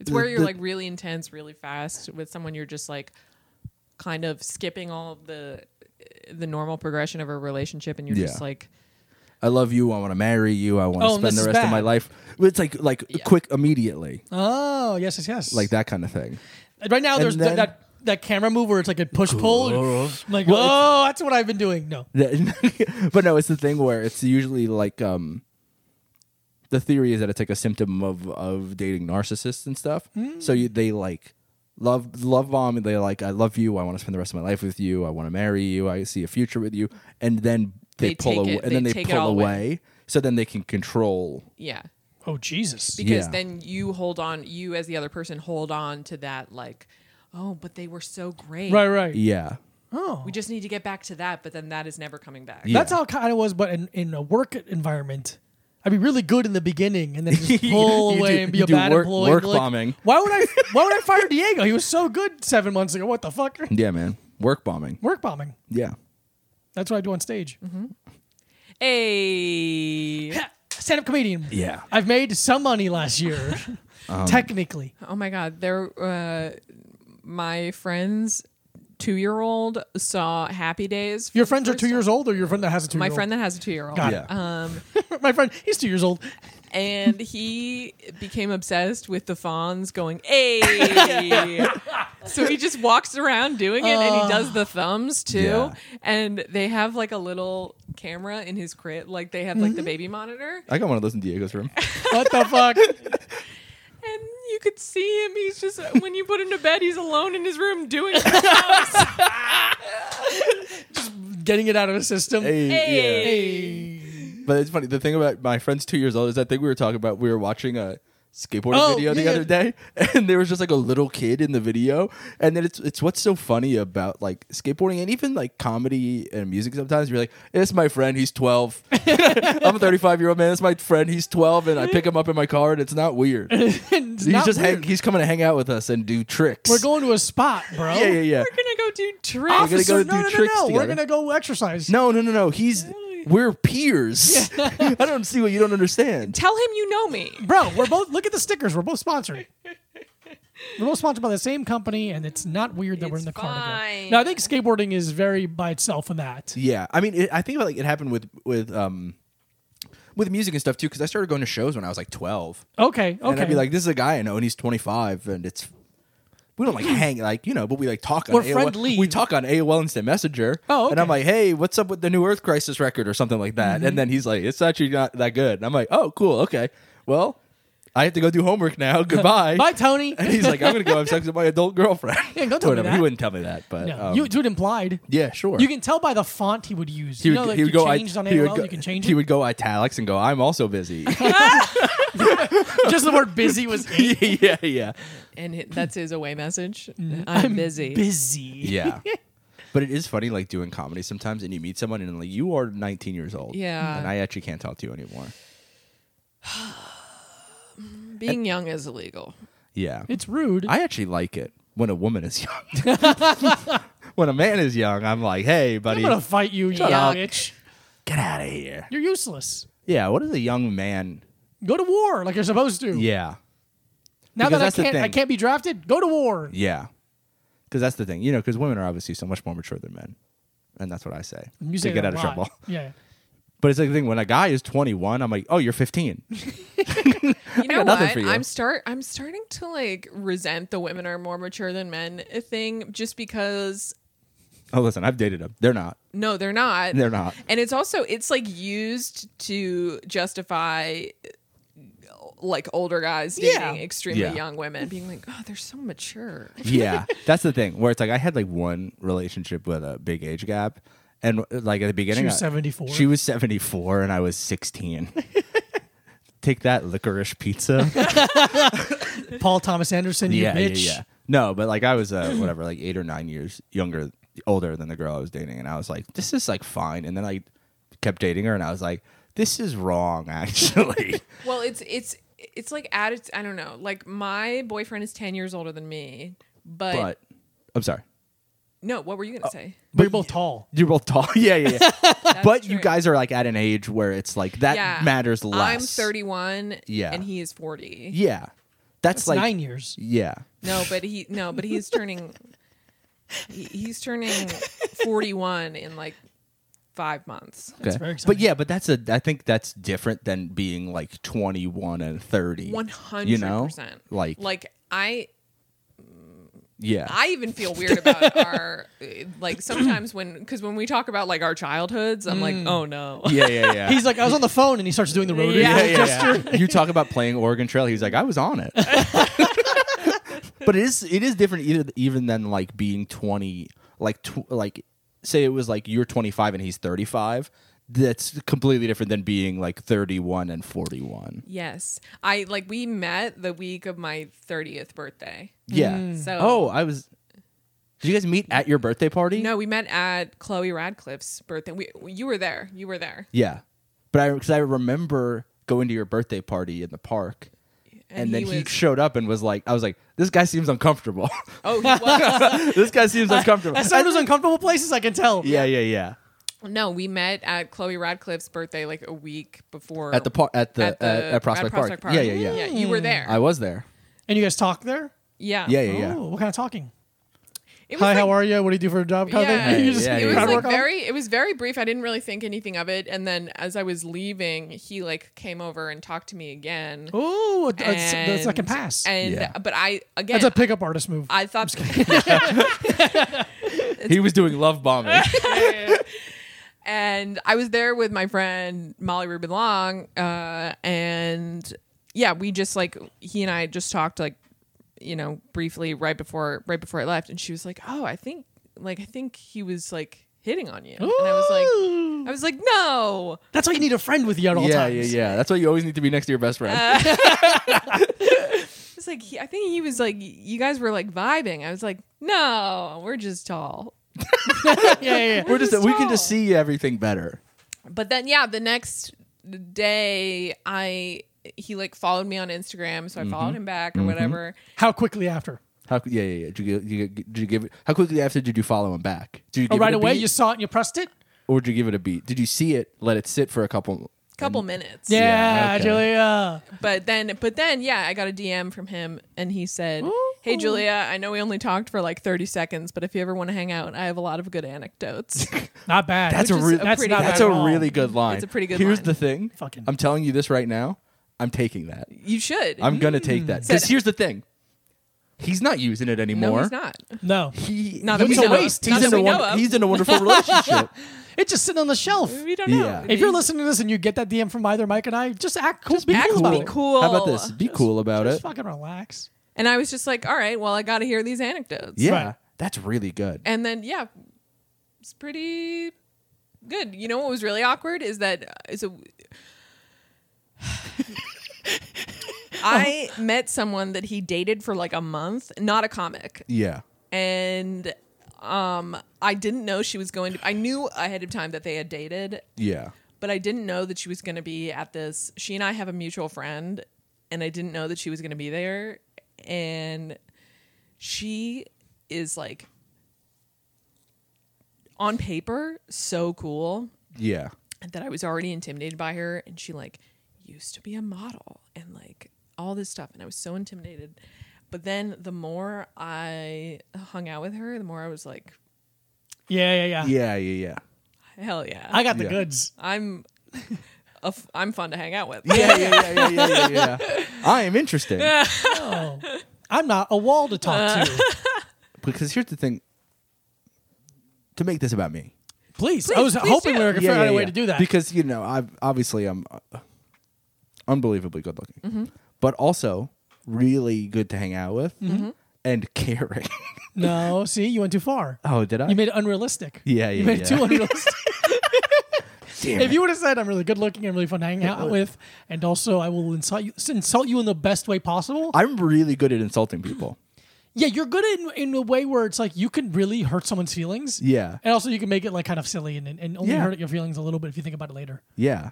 A: It's where you're
B: the-
A: like really intense, really fast with someone. You're just like kind of skipping all of the eh, the normal progression of a relationship, and you're
B: Yeah.
A: just like,
B: I love you, I want to marry you, I want to
C: Oh, and
B: spend
C: this
B: the
C: is
B: rest of my
C: bad.
B: life. It's like like quick immediately,
C: Oh yes, yes, yes.
B: like that kind of thing.
C: right now.
B: And
C: There's th-
B: then-
C: that that camera move where it's like a push pull. Like, oh, that's what I've been doing. No,
B: That- but no, it's the thing where it's usually like um the theory is that it's like a symptom of of dating narcissists and stuff. So you, they like love love bomb and they like I love you, I want to spend the rest of my life with you, I want to marry you, I see a future with you and then they,
A: They
B: pull
A: take
B: away
A: it-
B: and then
A: they
B: they
A: take it
B: pull
A: all
B: away.
A: away.
B: so then they can control.
A: yeah.
C: oh Jesus.
A: because
B: Yeah.
A: then you hold on you as the other person hold on to that like oh but they were so great
C: Right, right.
B: Yeah.
C: Oh,
A: we just need to get back to that but then that is never coming back
B: Yeah.
C: that's how it kind of was. But in, in a work environment, I'd be really good in the beginning and then just pull
B: You do-
C: away and be
B: you
C: a
B: do
C: bad
B: work-
C: employee.
B: work
C: Be like,
B: bombing.
C: Why would I? Why would I fire Diego? He was so good seven months ago. What the fuck?
B: Yeah, man. Work bombing.
C: Work bombing.
B: Yeah.
C: That's what I do on stage.
A: Mm-hmm. hey
C: Stand up comedian.
B: Yeah. Um,
C: I've made some money last year, technically.
A: oh my god there uh my friends two year old saw happy days for
C: Your
A: the
C: friends are
A: first
C: two
A: time.
C: years old, or your friend that has a two.
A: my friend that has a two year old
C: Got
B: it.
A: um
C: my friend, he's two years old.
A: and he became obsessed with the fawns going hey so he just walks around doing it and he does the thumbs too
B: Yeah.
A: and they have like a little camera in his crib like they have
C: Mm-hmm.
A: like the baby monitor
B: I got one of those in Diego's room.
C: What the fuck?
A: and you could see him he's just when you put him to bed he's alone in his room doing the thumbs
C: Getting it out of his system.
B: Hey, yeah.
A: hey
B: But it's funny. The thing about my friend's two years old is I think we were talking about we were watching a skateboarding
C: Oh,
B: video the
C: yeah.
B: other day, and there was just like a little kid in the video, and then it's it's what's so funny about like skateboarding and even like comedy and music. Sometimes you're like, it's my friend, he's twelve. I'm a 35 year old man. It's my friend, he's twelve, and I pick him up in my car, and it's not weird. he's
C: It's not
B: just hang,
C: weird.
B: he's coming to hang out with us and do tricks.
C: We're going to a spot, bro.
B: Yeah, yeah, yeah.
A: we're gonna go do
B: We're gonna
A: tricks
B: go do
C: Officer, no, no, no,
B: tricks
C: no.
B: together.
C: We're gonna go exercise.
B: No, no, no, no. He's we're peers. I don't see what you don't understand.
A: tell him you know me
C: bro. We're both. Look at the stickers. We're both sponsored. We're both sponsored by the same company, and it's not weird that we're
A: It's
C: in the car together.
A: fine.
C: Now, I think skateboarding is very by itself in that.
B: Yeah, I mean, it, I think like it happened with with um with music and stuff too, because I started going to shows when I was like twelve,
C: Okay, okay.
B: and I'd be like, "This is a guy I know, and he's twenty five, and it's." We don't like hang like you know, but we like talk.
C: We're
B: on AOL.
C: friendly.
B: We talk on AOL Instant Messenger.
C: Oh,
B: and I'm
C: okay.
B: like, hey, what's up with the New Earth Crisis record or something like that? And then he's like, it's actually not that good. And I'm like, oh, cool, okay. Well, I have to go do homework now. Goodbye.
C: bye, Tony.
B: And he's like, I'm gonna go have sex with my adult girlfriend.
C: Yeah, don't tell me
B: Whatever.
C: that.
B: He wouldn't tell me that, but
C: no,
B: um,
C: you dude implied.
B: yeah, sure.
C: You can tell by the font he would use.
B: He
C: you
B: would,
C: know, like
B: he would
C: you
B: go.
C: changed
B: I-
C: on
B: he would
C: AOL,
B: go-
C: you can change
B: He
C: it.
B: would go italics and go. I'm also busy.
C: Just the word busy was in.
B: yeah, yeah,
A: and hi- that's his away message
B: Mm.
A: i'm busy
C: busy.
B: yeah. But it is funny, like doing comedy sometimes, and you meet someone, and like you are 19 years old.
A: Yeah.
B: and I actually can't talk to you anymore.
A: being young is illegal
B: Yeah,
C: It's rude.
B: I actually like it when a woman is young. when a man is young, I'm like, hey,
C: I'm
B: buddy,
C: gonna fight you, you
A: up.
C: bitch.
B: get out of here.
C: You're useless.
B: Yeah, what is a young man?
C: Go to war like you're supposed to.
B: Yeah,
C: Now
B: Because
C: that I
B: that's the
C: can't, I
B: thing.
C: can't be drafted. Go to war.
B: yeah, because that's the thing, you know, because women are obviously so much more mature than men, and that's what I say.
C: You
B: to
C: say
B: get out
C: that a
B: of
C: lot.
B: trouble.
C: Yeah.
B: But it's like the thing when a guy is 21, I'm like, oh, you're 15.
A: You know
B: got nothing
A: what?
B: for you.
A: I'm start. I'm starting to like resent the women are more mature than men thing, just because.
B: oh, listen, I've dated them. They're not.
A: No, they're not.
B: They're not.
A: And it's also it's like used to justify like older guys dating
C: Yeah.
A: extremely
B: Yeah.
A: young women, being like, oh, they're so mature.
B: Yeah, that's the thing. Where it's like I had like one relationship with a big age gap, and like at the beginning,
C: She was
B: I-
C: 74.
B: She was 74, and I was 16. Take that licorice pizza.
C: Paul Thomas Anderson, you
B: yeah, yeah,
C: bitch.
B: yeah. No, but like I was uh, whatever, like eight or nine years younger, older than the girl I was dating, and I was like, this is like fine. And then I kept dating her, and I was like, this is wrong actually.
A: Well, it's it's it's like added. I don't know. Like my boyfriend is ten years older than me, but,
B: but I'm sorry.
A: no. What were you gonna say?
C: But you're both tall.
B: You're both tall. Yeah, yeah, yeah. but you
A: true.
B: guys are like at an age where it's like that matters less.
A: I'm 31.
B: Yeah.
A: and he is 40.
B: Yeah, that's,
C: It's
B: like
C: nine years.
B: yeah.
A: No, but he no, but he's turning. he, he's turning forty one in like five months.
B: Okay.
C: very
B: but
C: exciting.
B: yeah, but that's a. I think that's different than being like 21 and 30.
A: One hundred
B: You know,
A: percent.
B: like
A: Like I,
B: Yeah.
A: I even feel weird about our like sometimes when because when we talk about like our childhoods, I'm
B: Mm.
A: like, oh no,
B: yeah, yeah, yeah.
C: He's like, I was on the phone, and he starts doing the road
A: Yeah.
B: yeah,
C: yeah,
B: yeah, yeah. You talk about playing Oregon Trail. He's like, I was on it. but it is it is different either even than like being twenty, like tw- like say it was like you're twenty five and he's thirty five. That's completely different than being like thirty one and forty one.
A: yes, I like we met the week of my thirtieth birthday.
B: Yeah.
C: Mm.
A: So-
B: oh, I was. Did you guys meet at your birthday party?
A: No, we met at Chloe Radcliffe's birthday. We, you were there. You were there.
B: Yeah, but I because I remember going to your birthday party in the park. And,
A: And
B: then
A: he
B: he
A: was-
B: showed up and was like, I was like, this guy seems uncomfortable.
A: Oh, he was.
B: this guy seems uncomfortable.
C: As someone who's uncomfortable places, I can tell.
B: Yeah, yeah, yeah.
A: no, we met at Chloe Radcliffe's birthday like a week before
B: At the par- at the, uh, at, Prospect, Park. Yeah, yeah, yeah,
A: Yeah, you were there.
B: I was there.
C: And you guys talk there?
A: yeah,
B: Yeah, yeah, yeah.
C: Oh, what kind of talking?
A: It was
C: Hi,
A: like-
C: how are you? What do you do for a job? Kind
A: Yeah,
C: of thing.
B: Hey,
C: You
A: it
C: just-
A: was
B: yeah,
C: you
B: yeah.
C: crowd
A: like
C: work on?
A: very. It was very brief. I didn't really think anything of it. And then as I was leaving, he like came over and talked to me again.
C: Oh, a- a-
A: and,
C: the second pass.
A: And
B: Yeah.
A: but I again,
C: That's a pickup artist move.
A: I thought
B: He was doing love bombing.
A: and I was there with my friend Molly Rubin Long, uh, and yeah, we just like he and I just talked like you know briefly right before right before I left, and she was like, "Oh, I think like I think he was like hitting on you," and I was like,
C: Ooh.
A: "I was like, no,
C: That's why you need a friend with you at all
B: yeah,
C: times.
B: yeah, yeah. That's why you always need to be next to your best friend.
A: it's like he, I think he was like you guys were like vibing." I was like, "No, we're just tall."
C: yeah, yeah, yeah.
B: We're just,
A: just
B: we can just
A: tall.
B: see everything better.
A: but then yeah the next day i he like followed me on instagram so i
C: Mm-hmm.
A: followed him back or whatever
C: How quickly after?
B: How? c- Yeah, yeah, yeah. Did you, gi- you, gi- did you give it? How quickly after did you follow him back? Did you
C: Oh,
B: give
C: right
B: it a
C: away,
B: beat,
C: you saw it and you pressed it.
B: or did you give it a beat? Did you see it? Let it sit for a couple.
A: couple minutes
C: Yeah,
B: Yeah, okay.
C: Julia.
A: but then but then yeah i got a dm from him and he said hey julia i know we only talked for like 30 seconds but if you ever want to hang out i have a lot of good anecdotes
C: Not bad.
B: That's a
A: Which is
B: really
A: a
B: that's,
A: pretty-
C: not
A: that's
B: that's
C: bad
B: a
C: at all.
B: really good line.
A: It's a pretty good
B: Here's
A: line.
B: the thing.
C: Fucking-
B: I'm telling you this right now. I'm taking that.
A: you should
B: I'm gonna take that.
A: Said-
B: Because here's the thing. He's not using it
A: no
B: anymore.
A: he's not
C: No,
B: He,
A: Not that
B: he's
A: we
B: in
A: know
B: a-
A: of.
B: He's,
A: Not
B: in
A: that
B: a
A: we know
B: won-
A: of.
B: he's in a wonderful relationship.
C: it's just sitting on the shelf.
A: we don't know
B: Yeah.
A: It
C: If you're
A: is-
C: listening to this and you get that DM from either Mike and I, just act cool. be
A: act
C: cool.
A: cool.
C: about
A: Be
C: it.
A: cool.
B: How about this? Be cool about
C: Just
B: it.
C: fucking relax.
A: and i was just like all right well i gotta hear these anecdotes
B: Yeah,
C: Right.
B: that's really good.
A: and then yeah it's pretty good you know what was really awkward is that uh, so i met someone that he dated for like a month not a comic
B: Yeah,
A: and um i didn't know she was going to i knew ahead of time that they had dated
B: yeah,
A: but i didn't know that she was going to be at this she and i have a mutual friend and i didn't know that she was going to be there and she is like on paper so cool
B: yeah.
A: that I was already intimidated by her and she like used to be a model and like all this stuff and I was so intimidated. But then the more I hung out with her, the more I was like,
C: Yeah, yeah, yeah.
B: Yeah, yeah, yeah.
A: hell yeah.
C: I got the
B: Yeah.
C: goods.
A: I'm a f- I'm fun to hang out with.
B: Yeah, yeah, yeah, yeah, yeah, yeah, yeah, yeah. I am interesting.
C: Oh, I'm not a wall to talk
A: Uh,
C: to.
B: Because here's the thing. To make this about me.
C: Please, I
A: Please,
C: was
A: please
C: hoping
A: do.
C: we were gonna figure out a way to do that.
B: Because you know, I've obviously I'm uh, unbelievably good looking, but also really good to hang out with and caring.
C: no, see, you went too far.
B: oh, did I?
C: You made it unrealistic.
B: Yeah,
C: You
B: yeah,
C: made it
B: yeah.
C: too unrealistic.
B: Damn
C: if
B: it.
C: you would have said, "I'm really good looking, I'm really fun to hang out with," and also I will insult you, insult you in the best way possible.
B: I'm really good at insulting people.
C: yeah, you're good in in a way where it's like you can really hurt someone's feelings.
B: Yeah,
C: And also, you can make it like kind of silly and, and only
B: Yeah.
C: hurt your feelings a little bit if you think about it later.
B: yeah,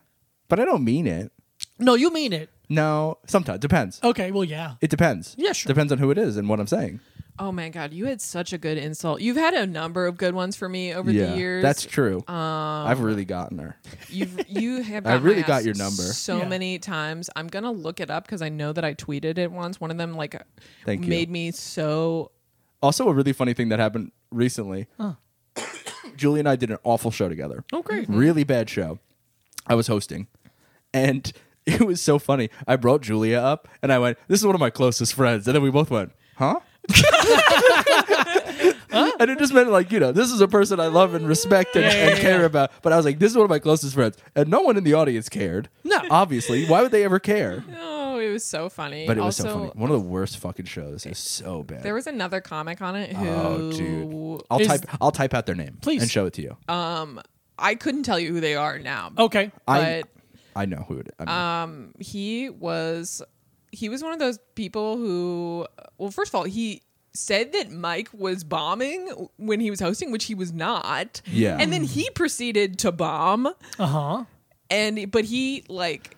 B: but I don't mean it.
C: No, you mean it.
B: No, sometimes depends.
C: Okay, well, yeah.
B: It depends.
C: Oh. Yeah, sure.
B: Depends on who it is and what I'm saying.
A: Oh my god, you had such a good insult. You've had a number of good ones for me over
B: yeah,
A: the years.
B: that's true. I've really gotten her.
A: You've you have.
B: I
A: gotten
B: really
A: my
B: got
A: ass
B: your number.
A: so
C: Yeah.
A: many times. I'm gonna look it up because I know that I tweeted it once. One of them like
B: Thank you.
A: made me so.
B: Also, a really funny thing that happened recently. Julie and I did an awful show together. Mm-hmm.
C: Oh, great.
B: Really bad show. I was hosting, and it was so funny. I brought Julia up, and I went, "This is one of my closest friends," and then we both went, "Huh?" And it just meant like, you know, this is a person I love and respect and,
C: Yeah, yeah,
B: and
C: yeah.
B: care about. But I was like, this is one of my closest friends. And no one in the audience cared.
C: No.
B: Obviously. Why would they ever care?
A: Oh, it was so funny.
B: But it was so
A: Also,
B: funny. One of the worst fucking shows. It's so bad.
A: There was another comic on it who
B: oh, dude. I'll
C: Is-
B: type I'll type out their name
C: Please.
B: and show it to you.
A: Uh, I couldn't tell you who they are now.
C: Okay.
B: I
A: but uh,
B: I know who it I mean,
A: he was he was one of those people who well first of all he said that Mike was bombing when he was hosting which he was not.
B: Yeah.
A: And then he proceeded to bomb
C: Uh huh.
A: and but he like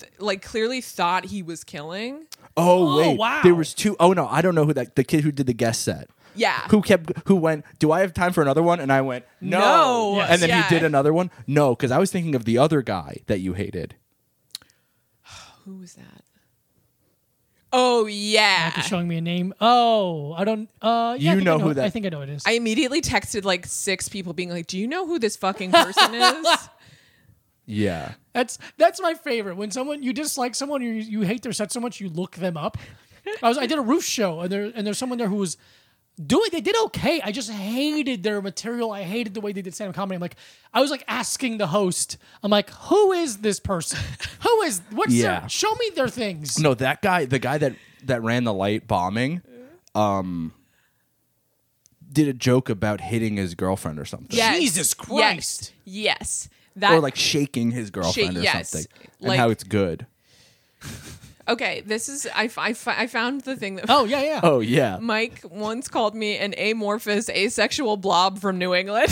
A: th- like clearly thought he was killing.
B: Oh,
C: Oh,
B: wait,
C: wow.
B: there was two oh no, I don't know who that the kid who did the guest set.
A: Yeah.
B: Who kept who went? Do I have time for another one? And I went no,
A: No. Yes.
B: and then
A: Yeah.
B: he did another one. No, because I was thinking of the other guy that you hated.
A: Who was that? Oh yeah.
C: You're showing me a name. Oh, I don't. Uh, yeah,
B: Ah.
C: I
B: You
C: think I
B: know who that-
C: I think I know what it is.
A: I immediately texted like six people being like, "Do you know who this fucking person is?"
B: Yeah,
C: That's that's my favorite. When someone you dislike someone, you you hate their set so much, you look them up. I was I did a roof show and there and there's someone there who was doing they did okay. I just hated their material. I hated the way they did stand up comedy. I'm like I was like asking the host. I'm like, who is this person? Who is what's
B: Yeah.
C: their show me their things.
B: no, that guy, the guy that that ran the light bombing, um, did a joke about hitting his girlfriend or something.
A: Yes.
C: Jesus Christ.
A: Yes. Yes. That
B: or like shaking his girlfriend or
A: yes.
B: something, and
A: Like-
B: how it's good.
A: Okay, this is I, f- I f- I found the thing that
C: Oh yeah yeah.
B: Oh yeah,
A: Mike once called me an amorphous asexual blob from New England,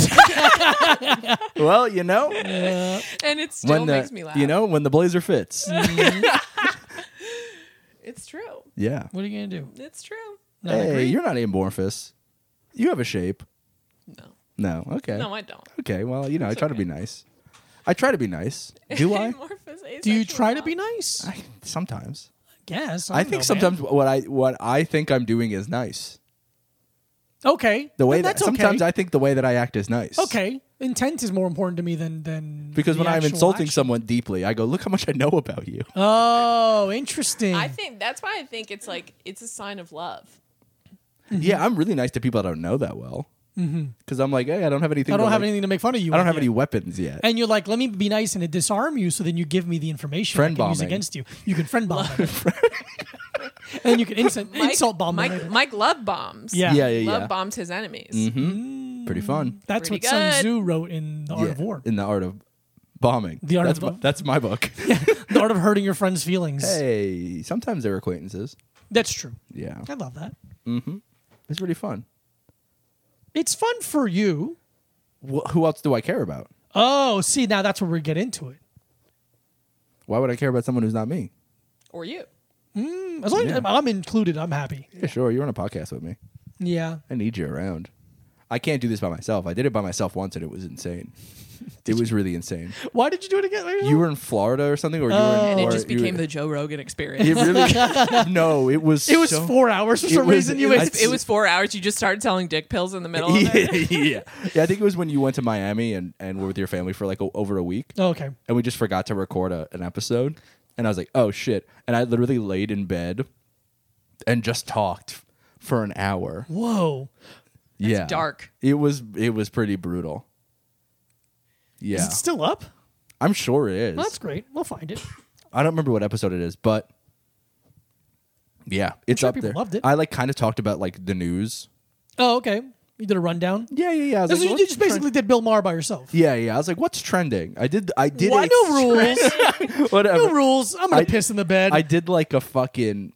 B: well you know
A: and it still
B: when the
A: makes me laugh.
B: you know when the blazer fits.
A: it's true.
B: yeah,
C: What are you gonna do?
A: It's true.
C: No, I
B: hey,
C: agree.
B: you're not amorphous. You have a shape.
A: No,
B: No, okay.
A: no, I don't.
B: Okay, well, you know, I try to be nice. I try to be nice. Do I?
A: Amorphous asexual.
C: Do you try to
A: blob.
C: be nice? I
B: I sometimes.
C: guess.
B: I
C: don't
B: think
C: know,
B: sometimes
C: man.
B: what I what I think I'm doing is nice.
C: Okay.
B: The way
C: Then
B: that
C: that's
B: sometimes
C: okay.
B: I think the way that I act is nice.
C: Okay. Intent is more important to me than than
B: Because
C: the
B: when I'm
C: actual
B: insulting
C: action.
B: someone deeply, I go, "Look how much I know about you."
C: Oh, interesting.
A: I think that's why I think it's like it's a sign of love.
C: mm-hmm.
B: Yeah, I'm really nice to people I don't know that well. Because I'm like, "Hey, I don't have anything.
C: I don't
B: to,
C: have
B: like-
C: anything to make fun of you.
B: I don't
C: with
B: have
C: yet.
B: any weapons yet."
C: And you're like, let me be nice and disarm you, so then you give me the information
B: Friend
C: I can use
B: bombing.
C: against you. You can friend bomb them. and then you can insult,
A: Mike,
C: insult bomb them.
A: Mike, Mike love bombs.
C: Yeah.
B: yeah, yeah,
A: love
B: yeah.
A: bombs his enemies.
B: Pretty fun.
C: That's what
A: Pretty
C: Sun
A: good.
C: Tzu wrote in The Art
B: Yeah,
C: of War.
B: In the art of bombing.
C: The Art
B: that's
C: of
B: my,
C: Bom-
B: that's my book.
C: the Art of Hurting Your Friend's Feelings.
B: hey, sometimes they're acquaintances.
C: That's true.
B: Yeah,
C: I love that.
B: it's really fun.
C: It's fun for you.
B: Wh- who else do I care about?
C: Oh, see, now that's where we get into it.
B: Why would I care about someone who's not me?
A: Or you.
C: As long as
B: Yeah.
C: I'm, I'm included, I'm happy.
B: Yeah, sure. You're on a podcast with me.
C: Yeah.
B: I need you around. I can't do this by myself. I did it by myself once and it was insane. it was really insane.
C: Why did you do it again?
B: You were in Florida or something, or you were
C: Oh.
B: in,
A: And it
B: or
A: just
B: you
A: became
B: were-
A: the Joe Rogan experience.
B: It really no. It was.
C: it was
B: so-
C: four hours for
B: it
C: some
B: was-
C: reason. You
B: it
C: wasted-
A: it was four hours. You just started selling dick pills in the middle of
B: yeah,
A: it.
B: yeah, yeah. I think it was when you went to Miami and and were with your family for like o over a week,
C: Oh, okay.
B: and we just forgot to record a, an episode. And I was like, oh shit! And I literally laid in bed and just talked for an hour.
C: Whoa.
B: yeah,
A: dark.
B: It was it was pretty brutal. Yeah,
C: Is it still up?
B: I'm sure it is.
C: Well, that's great. We'll find it.
B: I don't remember what episode it is, but yeah, it's
C: sure
B: up
C: people
B: there.
C: loved it.
B: I like kind of talked about like the news.
C: Oh, okay. You did a rundown.
B: Yeah, yeah, yeah. I was like,
C: That's what you
B: what's
C: did. just basically
B: trend-
C: did Bill Maher by yourself.
B: yeah, yeah. I was like, what's trending? I did. I did.
C: Why no rules?
B: rules? Whatever.
C: no rules. I'm gonna
B: I-
C: piss in the bed.
B: I did like a fucking,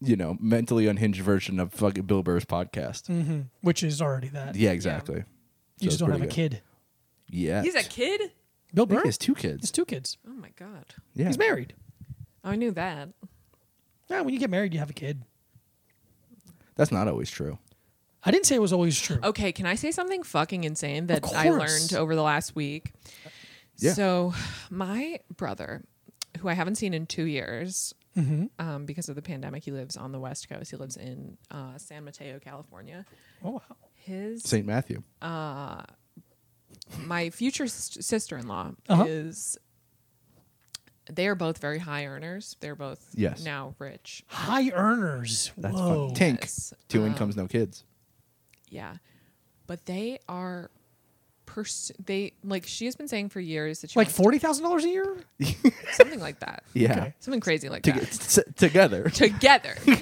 B: you know, mentally unhinged version of fucking Bill Burr's podcast.
C: which is already that.
B: Mm-hmm. Yeah, exactly.
C: You just don't have a kid.
B: Yeah.
A: He's a kid?
C: Bill
B: I
C: Burr.
B: think he has
C: He's
B: two kids.
C: two kids.
A: Oh my god.
B: Yeah.
C: He's married.
A: I knew that.
C: Yeah, when you get married, you have a kid.
B: That's not always true.
C: I didn't say it was always true.
A: Okay, can I say something fucking insane that
C: Of
A: I learned
C: course.
A: over the last week?
B: Yeah.
A: So, my brother, who I haven't seen in two years
C: Mm-hmm.
A: um, because of the pandemic, he lives on the West Coast. He lives in uh, San Mateo, California.
C: Oh wow.
A: His
B: St. Matthew.
A: my future sister in law
C: Uh-huh.
A: is They are both very high earners. They're both
B: Yes.
A: now rich.
C: High earners.
B: That's
C: Whoa.
B: fun. Tink.
A: Oh, Yes.
B: Two incomes, no kids.
A: Yeah. But they are pers- they like she has been saying for years that she
C: Like
A: wants
C: forty thousand dollars a year.
A: to- something like that.
B: Yeah.
C: Okay.
A: Something crazy like
B: To-
A: that.
B: t- together.
A: Together. two,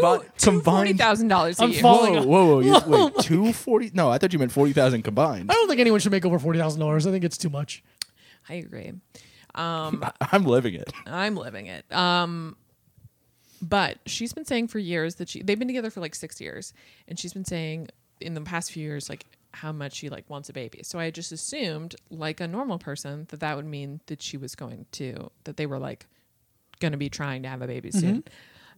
B: Combi-
A: two
B: combined-
A: $40,000 a
C: I'm
A: year.
C: fall-
B: Whoa,
C: Falling
B: whoa,
C: off.
B: whoa! you- Wait, two forty? No, I thought you meant forty thousand combined.
C: I don't think anyone should make over forty thousand dollars. I think it's too much.
A: I agree.
B: I'm living it.
A: I'm living it. Um, but she's been saying for years that she they've been together for like six years, and she's been saying in the past few years like how much she like wants a baby. So I just assumed, like a normal person, that that would mean that she was going to that they were like going to be trying to have a
C: Mm-hmm.
A: baby soon,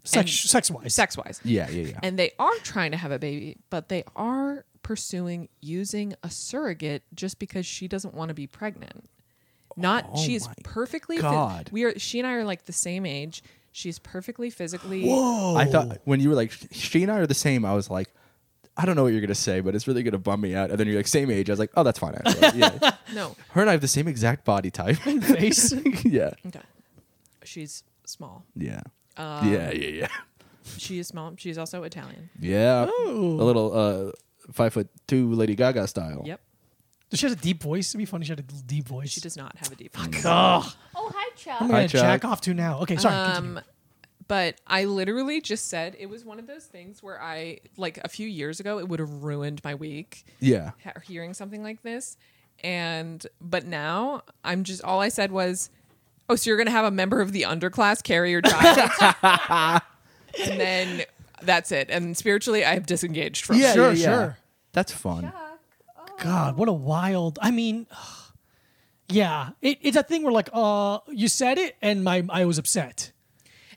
C: Sex, sex wise.
A: sex wise.
B: Yeah, yeah, yeah.
A: And they are trying to have a baby, but they are pursuing using a surrogate just because she doesn't want to be pregnant. Not she is
B: Oh my
A: perfectly phys-
B: God.
A: we are she and I are like the same age. She's perfectly physically
B: I thought when you were like, she and I are the same. I was like, I don't know what you're gonna say, but it's really gonna bum me out. And then you're like, same age. I was like, oh, that's fine. Actually. Yeah.
A: no.
B: Her and I have the same exact body type.
C: face.
B: yeah,
A: Okay. She's small.
B: yeah, yeah, yeah, yeah,
A: She is small. She's also Italian.
B: yeah. A little uh, five foot two Lady Gaga style.
A: Yep.
C: she has a deep voice. It'd be funny. if She had a little deep voice.
A: She does not have a deep voice.
C: Ugh.
D: Oh, hi, Chuck.
C: I'm gonna
B: Hi, Chuck.
C: jack off to now. Okay, sorry. continue.
A: Um, but I literally just said it was one of those things where I like a few years ago it would have ruined my week.
B: Yeah.
A: ha- hearing something like this. And but now I'm just all I said was, "Oh, so you're gonna have a member of the underclass carry your child?" and then that's it. And spiritually, I have disengaged from
B: Yeah,
A: it.
B: yeah,
C: Sure,
B: yeah.
C: sure.
B: That's fun.
C: God, what a wild. I mean, yeah, it, it's a thing where like, uh, you said it, and my I was upset.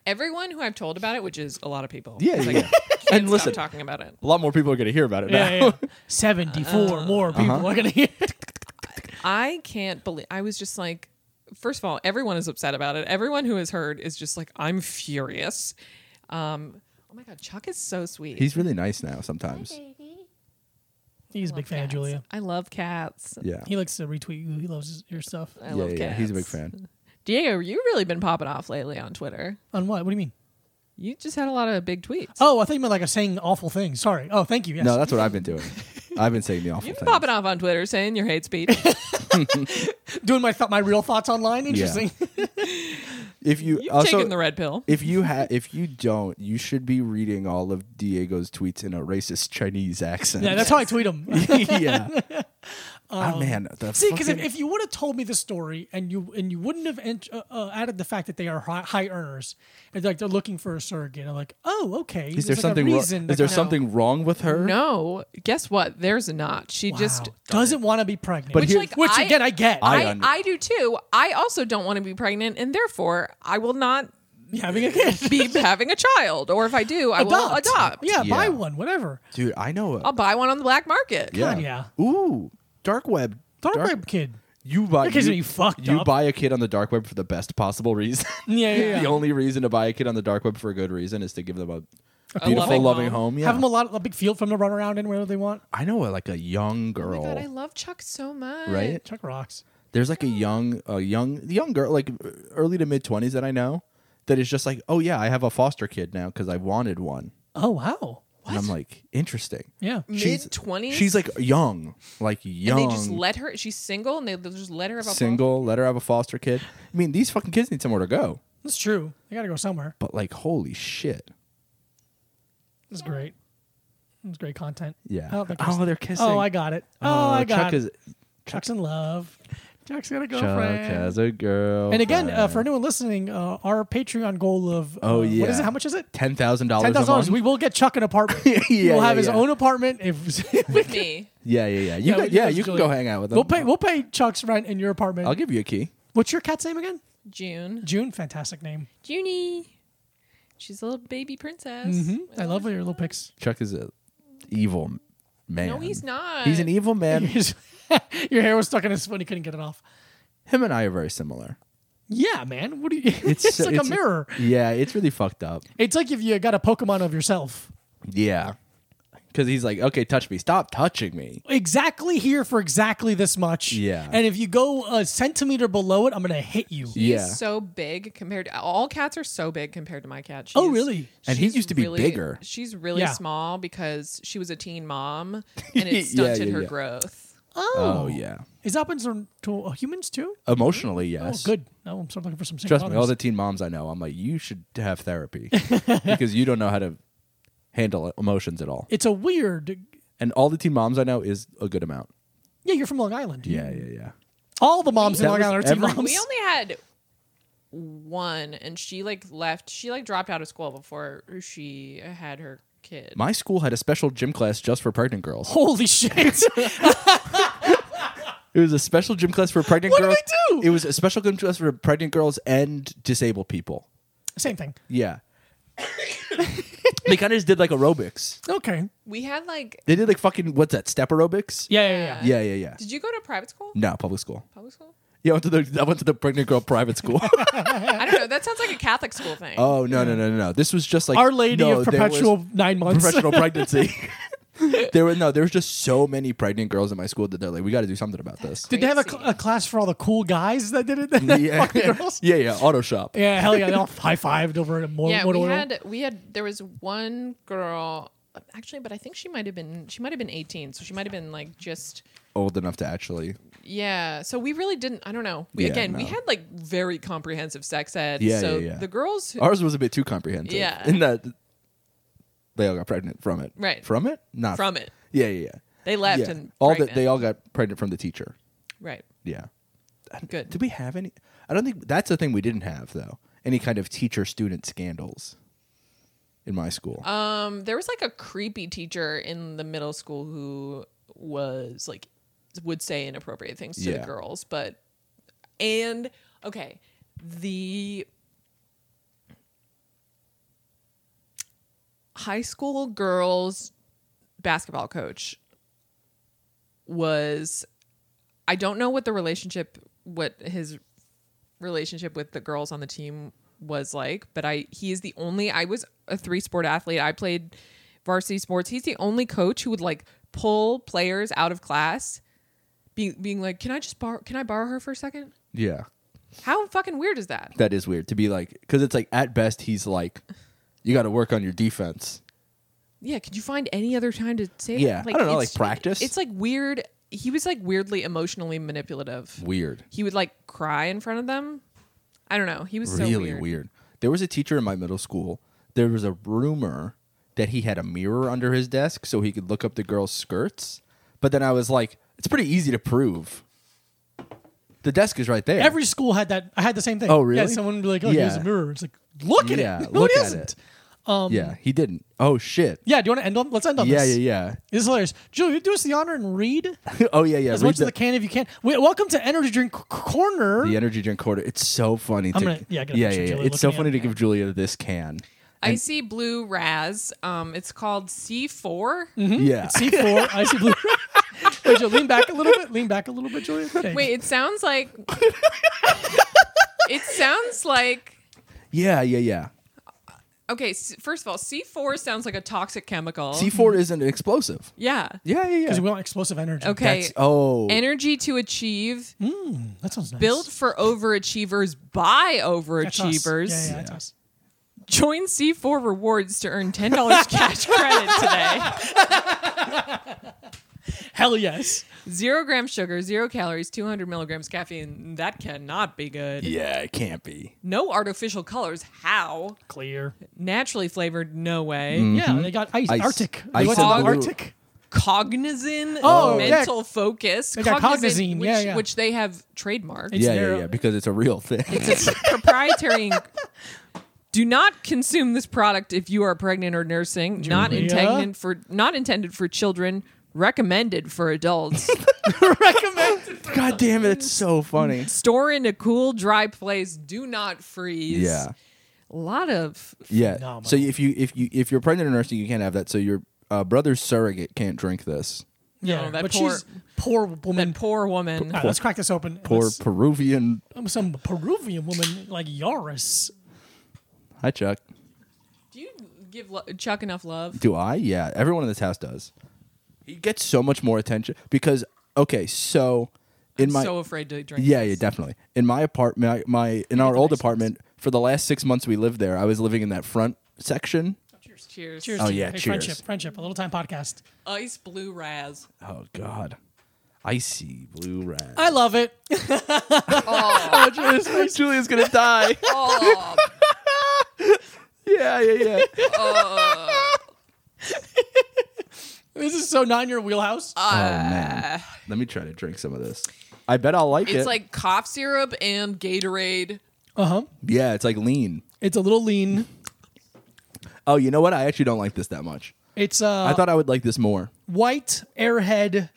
A: Everyone who I've told about it, which is a lot of people,
B: Yeah,
A: is like,
B: yeah.
A: "Can't
B: and
A: stop
B: listen,
A: talking about it.
B: a lot more people are gonna hear about it now.
C: Yeah, yeah. Seventy-four
A: Uh,
C: more people
B: uh-huh.
C: are gonna hear. it.
A: I can't believe. I was just like, first of all, everyone is upset about it. Everyone who has heard is just like, I'm furious. Um, oh my god, Chuck is so sweet.
B: He's really nice now. Sometimes.
D: Baby.
C: He's a
A: I
C: big
A: love
C: fan, of
A: cats.
C: Julia.
A: I love cats.
B: Yeah.
C: He likes to retweet you. He loves your stuff.
A: I
B: yeah,
A: love
B: yeah, yeah.
A: cats.
B: He's a big fan.
A: Diego, you really been popping off lately on Twitter.
C: On what? What do you mean?
A: You just had a lot of big tweets.
C: Oh, I thought you meant like a saying awful things. Sorry. Oh, thank you. Yes.
B: No, that's what I've been doing. I've been saying the awful
A: You've
B: thing.
A: been popping off on Twitter saying your hate speech.
C: Doing my th- my real thoughts online. Interesting.
B: If you
A: You've
B: also,
A: taken the red pill.
B: if you ha- if you don't, you should be reading all of Diego's tweets in a racist Chinese accent.
C: yeah, that's how I tweet them.
B: yeah. oh man, the
C: See, because if,
B: fucking-
C: if you would have told me the story and you and you wouldn't have ent- uh, uh, added the fact that they are high, high earners and like they're looking for a surrogate, I'm like, oh, okay.
B: is there
C: There's, like, a
B: something wrong? Is
C: reason that
B: there
C: kinda-
B: something wrong with her?
A: No, guess what? There's not. She
C: Wow.
A: just
C: doesn't want to be pregnant.
B: But
C: which,
B: here-
A: like,
C: which
A: I-
C: again, I get.
B: I-
A: I,
B: under-
A: I do too. I also don't want to be pregnant, and therefore I will not
C: having a kid,
A: be having a child. Or if I do, I will adopt.
C: Yeah, buy
B: Yeah.
C: one, whatever.
B: dude, I know.
A: I'll buy one on the black market.
C: Oh, God, yeah.
B: Ooh, dark web.
C: Dark web kid.
B: You buy.
C: That kid's
B: you,
C: gonna be fucked
B: you
C: up.
B: buy a kid on the dark web for the best possible reason.
C: Yeah, yeah. yeah.
B: the only reason to buy a kid on the dark web for a good reason is to give them a, beautiful,
A: loving
B: loving,
A: home.
B: home. Yeah.
C: Have them a lot, a big field for them to run around in wherever they want.
B: I know, like a young
A: Oh my
B: girl,
A: god, I love Chuck so much.
B: right?
C: Chuck rocks.
B: There's like a young, a young, young girl, like early to mid twenties that I know, that is just like, oh yeah, I have a foster kid now because I wanted one,
C: Oh wow.
B: and I'm like, interesting.
C: Yeah.
B: She's-
A: Mid twenties.
B: She's like young, like
A: and
B: young,
A: they just let her. She's single, and they they'll just let her have a
B: single. Let her have a foster kid. I mean, these fucking kids need somewhere to go.
C: That's true. They gotta go somewhere.
B: But like, holy shit.
C: That's great. That's great content.
B: Yeah.
C: Oh, they're
B: Oh,
C: kissing.
B: they're kissing.
C: Oh, I got it. Oh, I got
B: Chuck
C: it.
B: is
C: Chuck's in love. Chuck's got a
B: Chuck
C: girlfriend.
B: has a girl.
C: and again, uh, for anyone listening, uh, our Patreon goal of uh,
B: Oh,
C: what is
B: yeah.
C: it? How much is it?
B: ten thousand dollars.
C: Ten thousand dollars. We will get Chuck an apartment. he
B: Yeah,
C: will
B: yeah,
C: have his
B: yeah.
C: own apartment. If
A: with me.
B: yeah, yeah, yeah. You
C: Yeah,
B: can,
C: we can
B: yeah,
C: just
B: you can
C: do
B: go
C: it.
B: hang out with them.
C: we'll pay, we'll pay Chuck's rent in your apartment.
B: I'll give you a key.
C: What's your cat's name again?
A: June.
C: June. Fantastic name.
A: Junie. She's a little baby princess.
B: Mm-hmm.
C: I love your little pics.
B: Chuck is a evil man.
A: No, he's not.
B: He's an evil man.
C: your hair was stuck in his foot. He couldn't get it off.
B: Him and I are very similar.
C: Yeah, man. What do you? It's, like a mirror.
B: Yeah, it's really fucked up.
C: It's like if you got a Pokemon of yourself.
B: Yeah. because he's like, okay, touch me. Stop touching me.
C: exactly here for exactly this much.
B: Yeah.
C: And if you go a centimeter below it, I'm gonna hit you.
A: He's
B: yeah.
A: so big compared to all cats are so big compared to my cat.
C: Oh,
A: She's-
C: really?
B: And he
A: she's
B: used to be
A: really-
B: bigger.
A: She's really
C: Yeah.
A: small because she was a teen mom and
B: Yeah,
A: it stunted
B: yeah,
A: her
B: yeah.
A: growth.
B: oh yeah.
C: Is that happens to to uh, humans too?
B: Emotionally,
C: Oh,
B: yes.
C: good. No, I'm sort of looking for some. single
B: Trust me,
C: mothers.
B: all the teen moms I know, I'm like, you should have therapy because you don't know how to handle emotions at all.
C: it's a weird.
B: And all the teen moms I know is a good amount.
C: Yeah, you're from Long Island.
B: Yeah, yeah, yeah.
C: All the moms in
B: That
C: Long
B: was
C: Island are teen
B: every-
C: moms.
A: We only had one and she like left she like dropped out of school before she had her kid.
B: My school had a special gym class just for pregnant girls.
C: Holy shit!
B: It was a special gym class for pregnant
C: What did
B: girls.
C: they do?
B: It was a special gym class for pregnant girls and disabled people.
C: Same thing.
B: Yeah. they kind of just did like aerobics.
C: Okay.
A: we had like
B: They did like fucking what's that? Step aerobics?
C: Yeah, yeah, yeah.
B: Yeah, yeah, yeah.
A: did you go to private school?
B: No, public school.
A: Public school?
B: Yeah, I went to the I went to the pregnant girl private school.
A: I don't know. That sounds like a Catholic school thing.
B: oh no, no, no, no, no. This was just like
C: Our Lady
B: no,
C: of
B: there was
C: Perpetual Nine Months.
B: professional pregnancy. there were no, there was just so many pregnant girls in my school that they're like, we got to do something about this.
C: Did they have a,
A: Crazy.
C: cl- a class for all the cool guys that did it? That
B: yeah.
C: fucked the girls.
B: yeah, yeah, auto shop.
C: Yeah, hell yeah. They all high fived over at Mo-
A: yeah,
C: Motor
A: we
C: Oil.
A: had we had there was one girl actually, but I think she might have been she might have been 18, so she might have been like just
B: Old enough to actually.
A: yeah. So we really didn't I don't know. We,
B: Yeah,
A: again, we
B: no.
A: had like very comprehensive sex ed.
B: Yeah,
A: so
B: yeah, yeah.
A: the girls who,
B: Ours was a bit too comprehensive.
A: Yeah.
B: In that they all got pregnant from it.
A: Right.
B: From it? Not
A: from it,
B: Yeah, yeah, yeah.
A: they left
B: yeah.
A: and
B: all
A: pregnant.
B: that they all got pregnant from the teacher.
A: right.
B: Yeah.
A: Good.
B: Did we have any? I don't think that's the thing we didn't have though. Any kind of teacher-student scandals in my school.
A: Um, there was like a creepy teacher in the middle school who was like would say inappropriate things to
B: Yeah.
A: the girls, but and okay, the high school girls basketball coach was I don't know what the relationship what his relationship with the girls on the team was like, but I he is the only I was a three sport athlete. I played varsity sports. He's the only coach who would like pull players out of class being being like, "Can I just borrow can I borrow her for a second?
B: yeah.
A: How fucking weird is that?
B: That is weird to be like cuz it's like at best he's like you got to work on your defense.
A: Yeah, could you find any other time to say that?
B: Yeah, I don't know,
A: it's-
B: like practice?
A: It's like weird. He was like weirdly emotionally manipulative.
B: Weird.
A: He would like cry in front of them. I don't know. He was so
B: really
A: weird.
B: weird. There was a teacher in my middle school. There was a rumor that he had a mirror under his desk so he could look up the girls' skirts. But then I was like, it's pretty easy to prove. The desk is right there.
C: Every school had that. I had the same thing.
B: Oh, really?
C: Yeah, someone would be like, oh,
B: Yeah.
C: here's a mirror. It's like, look at
B: Yeah,
C: it. No,
B: look
C: it
B: at
C: isn't.
B: it. yeah, he didn't. Oh shit.
C: Um, Yeah, do you want to end on? Let's end on
B: Yeah,
C: this.
B: yeah,
C: This is hilarious. Joe, you do us the honor and read
B: yeah. oh yeah, yeah.
C: as
B: Read
C: much as I can if you can. Wait, welcome to Energy Drink C- Corner.
B: the energy drink quarter. It's so funny.
C: I'm
B: to,
C: gonna- yeah, I gotta
B: yeah,
C: picture
B: yeah, yeah.
C: Julia
B: It's so
C: looking at
B: funny
C: it.
B: to give Julia this can.
A: Icy Blue Raz. Um, it's called C4.
C: Mm-hmm.
B: Yeah,
C: C4, Icy Blue. Wait, Joe, lean back a little bit. Lean back a little bit, Julia. Okay.
A: Wait, it sounds like. it sounds like.
B: yeah, yeah, yeah.
A: Okay, s- first of all, C4 sounds like a toxic chemical.
B: C four is an explosive.
A: yeah.
B: Yeah, yeah,
C: Mm-hmm. Because
B: yeah.
C: we want explosive energy.
A: Okay.
B: That's- oh,
A: Energy to achieve,
C: That sounds nice.
A: built for overachievers by
C: That's us.
A: overachievers.
C: Yeah, yeah, that's us.
A: Join C4 Rewards to earn $10 cash credit today.
C: Hell yes.
A: Zero grams sugar, zero calories, 200 milligrams caffeine. That cannot be good.
B: yeah. It can't be.
A: No artificial colors. How?
C: Clear.
A: Naturally flavored. No way.
C: Yeah, they got ice.
B: Mm-hmm. Ice.
C: Arctic. They
B: Ice
C: went to the
A: and blue.
C: Arctic.
A: Cognizant.
C: Oh, yeah.
A: mental focus.
C: They got Cognizine,
A: which,
C: yeah, yeah.
A: which they have trademarked.
C: It's
B: yeah,
C: narrow.
B: yeah, yeah. Because it's a real thing.
A: It's a proprietary. Do not consume this product if you are pregnant or nursing. Not
C: Julia?
A: intended for not intended for children. Recommended for adults.
C: Recommend.
B: God damn it! It's so funny.
A: Store in a cool, dry place. Do not freeze.
B: Yeah,
A: A lot of
B: yeah.
C: Phenomenal.
B: So if you if you if you're pregnant or nursing, you can't have that. So your uh, brother's surrogate can't drink this.
C: Yeah,
A: No, that
C: but
A: poor-
C: she's poor woman.
A: that poor woman.
C: All right, let's crack this open.
B: Poor
C: Let's-
B: Peruvian.
C: um, some Peruvian woman like Yaris.
B: Hi, Chuck.
A: Do you give lo- Chuck enough love.
B: Do I? Yeah, everyone in this house does. He gets so much more attention because okay, so in my
A: so afraid to drink.
B: yeah,
A: this.
B: yeah, definitely. In my apartment, my, my in our
A: that
B: old
A: makes sense.
B: apartment for the last six months we lived there, I was living in that front section.
C: Cheers.
A: Cheers.
C: Cheers.
B: Oh,
C: to-
B: yeah,
C: hey,
B: cheers.
C: Friendship. Friendship. A little time podcast.
A: Ice blue raz.
B: Oh God, icy blue red.
C: I love it.
A: Oh,
B: Julia's, Julia's gonna die.
A: oh,
B: yeah, yeah, yeah.
C: This is so not in your wheelhouse.
B: oh man, let me try to drink some of this. I bet I'll like it.
A: it's like cough syrup and Gatorade.
C: Uh huh.
B: yeah, it's like lean.
C: It's a little lean.
B: Oh, you know what? I actually don't like this that much.
C: It's uh
B: I thought I would like this more.
C: white airhead.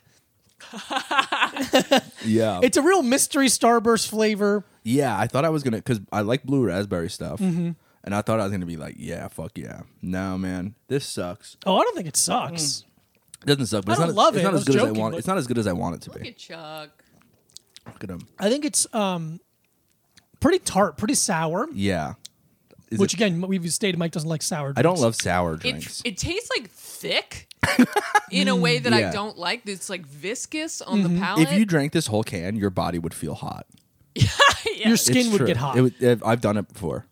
B: Yeah,
C: It's a real mystery starburst flavor.
B: yeah. I thought I was gonna because I like blue raspberry stuff,
C: Mm-hmm.
B: and I thought I was gonna be like, yeah, fuck yeah. No, man, this sucks.
C: Oh, I don't think it
B: Mm.
C: sucks.
B: It doesn't suck, but
C: I
B: it's not,
C: don't love
B: it's
C: it.
B: not
C: I
B: as
C: was
B: good as I
C: joking,
B: want.
C: but-
B: It's not as good as I want it to
A: Look
B: be.
A: at Chuck.
B: Look at him.
C: I think it's um pretty tart, pretty sour.
B: Yeah, Is
C: which
B: it-
C: again, we've stated Mike doesn't like sour. Drinks.
B: I don't love sour drinks.
A: It, it tastes like thick in a way that
B: Yeah. Mm-hmm.
A: I don't like. It's like viscous on the palate.
B: if you drank this whole can, your body would feel hot.
A: yeah.
C: your
B: It's
C: skin would
B: true.
C: get hot.
B: It would- I've- I've done it before.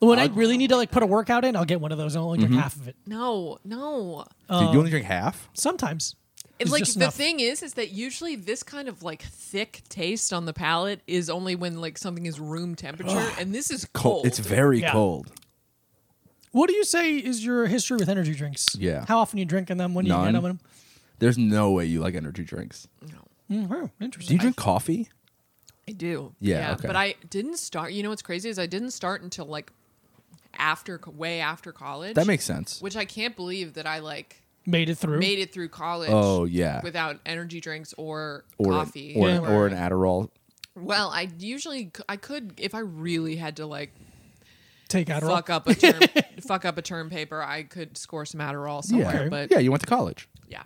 C: when I really need to like put a workout in, I'll get one of those. and I'll only
B: Mm-hmm.
C: drink half of it
A: no, no.
C: Uh,
B: Dude, you only drink half?
C: sometimes.
A: It's
C: It's
A: like
C: just
A: the
C: enough.
A: thing is, is that usually this kind of like thick taste on the palate is only when like something is room temperature, and this is cold.
B: It's very
C: Yeah.
B: cold.
C: What do you say is your history with energy drinks?
B: Yeah.
C: How often you drinking them? When do you
B: None.
C: get them?
B: There's no way you like energy drinks.
C: Mm, oh,
B: Do
C: interesting.
B: you drink coffee?
A: I do.
B: Yeah, okay.
A: But I didn't start. You know what's crazy is I didn't start until like after, co- way after college.
B: That makes sense.
A: Which I can't believe that I like
C: Made it through.
A: made it through college.
B: Mm-hmm. Oh, yeah.
A: Without energy drinks or,
B: Or
A: coffee
B: or,
C: Yeah.
B: or an Adderall.
A: Well, I usually c- I could if I really had to like
C: Take Adderall.
A: fuck up a term, fuck up a term paper, I could score some Adderall somewhere.
B: Yeah.
A: But
B: yeah, you went to college.
A: yeah,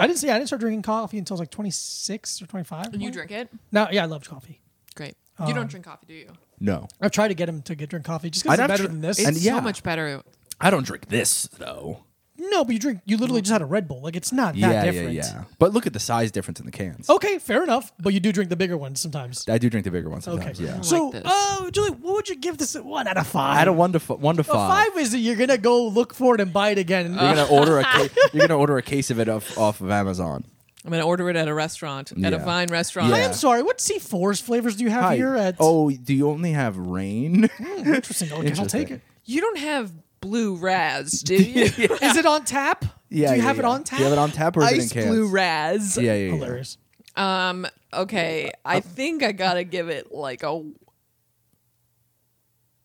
C: I didn't see. I didn't start drinking coffee until I was like 26 or 25.
A: And you drink it.
C: No, yeah, I loved coffee.
A: Great. you
C: um,
A: don't drink coffee, do you?
B: No.
C: I've tried to get him to get drink coffee just because
B: I'd
C: it's
B: have
C: better
B: tr-
C: than this.
B: and
A: It's
B: yeah.
A: so much better.
B: I don't drink this, though.
C: no, but you drink. You literally just had a Red Bull. Like it's not
B: Yeah,
C: that Oh.
B: yeah,
C: different.
B: yeah. But look at the size difference in the cans.
C: Okay, fair enough. But you do drink the bigger ones sometimes.
B: I do drink the bigger ones
C: Okay.
B: sometimes, yeah.
C: So,
A: like this.
C: oh, Julie, what would you give this? a One out of five.
B: I don't one to, f- one to
C: A
B: five. Uh,
C: five is that you're gonna go look for it and buy it again.
B: You're gonna order a ca- you're gonna order a case of it off, off of Amazon.
A: I'm gonna order it at a restaurant, at a
B: Yeah.
A: Vine restaurant.
B: Yeah.
C: I'm sorry. What C4's flavors do you have
B: Hi.
C: here? At Hmm.
B: Oh, do you only have rain?
C: interesting. Okay, I'll take
B: Interesting.
C: it.
A: You don't have blue raz, do you?
C: Is it on tap?
B: Yeah,
C: Do you
B: yeah,
C: have it
B: yeah.
C: on tap?
B: Do you have it on tap or is
A: Ice
B: it in cans?
A: blue raz.
B: Yeah, yeah, yeah.
C: Hilarious.
A: Um. Okay.
C: Uh,
A: I think I gotta give it like a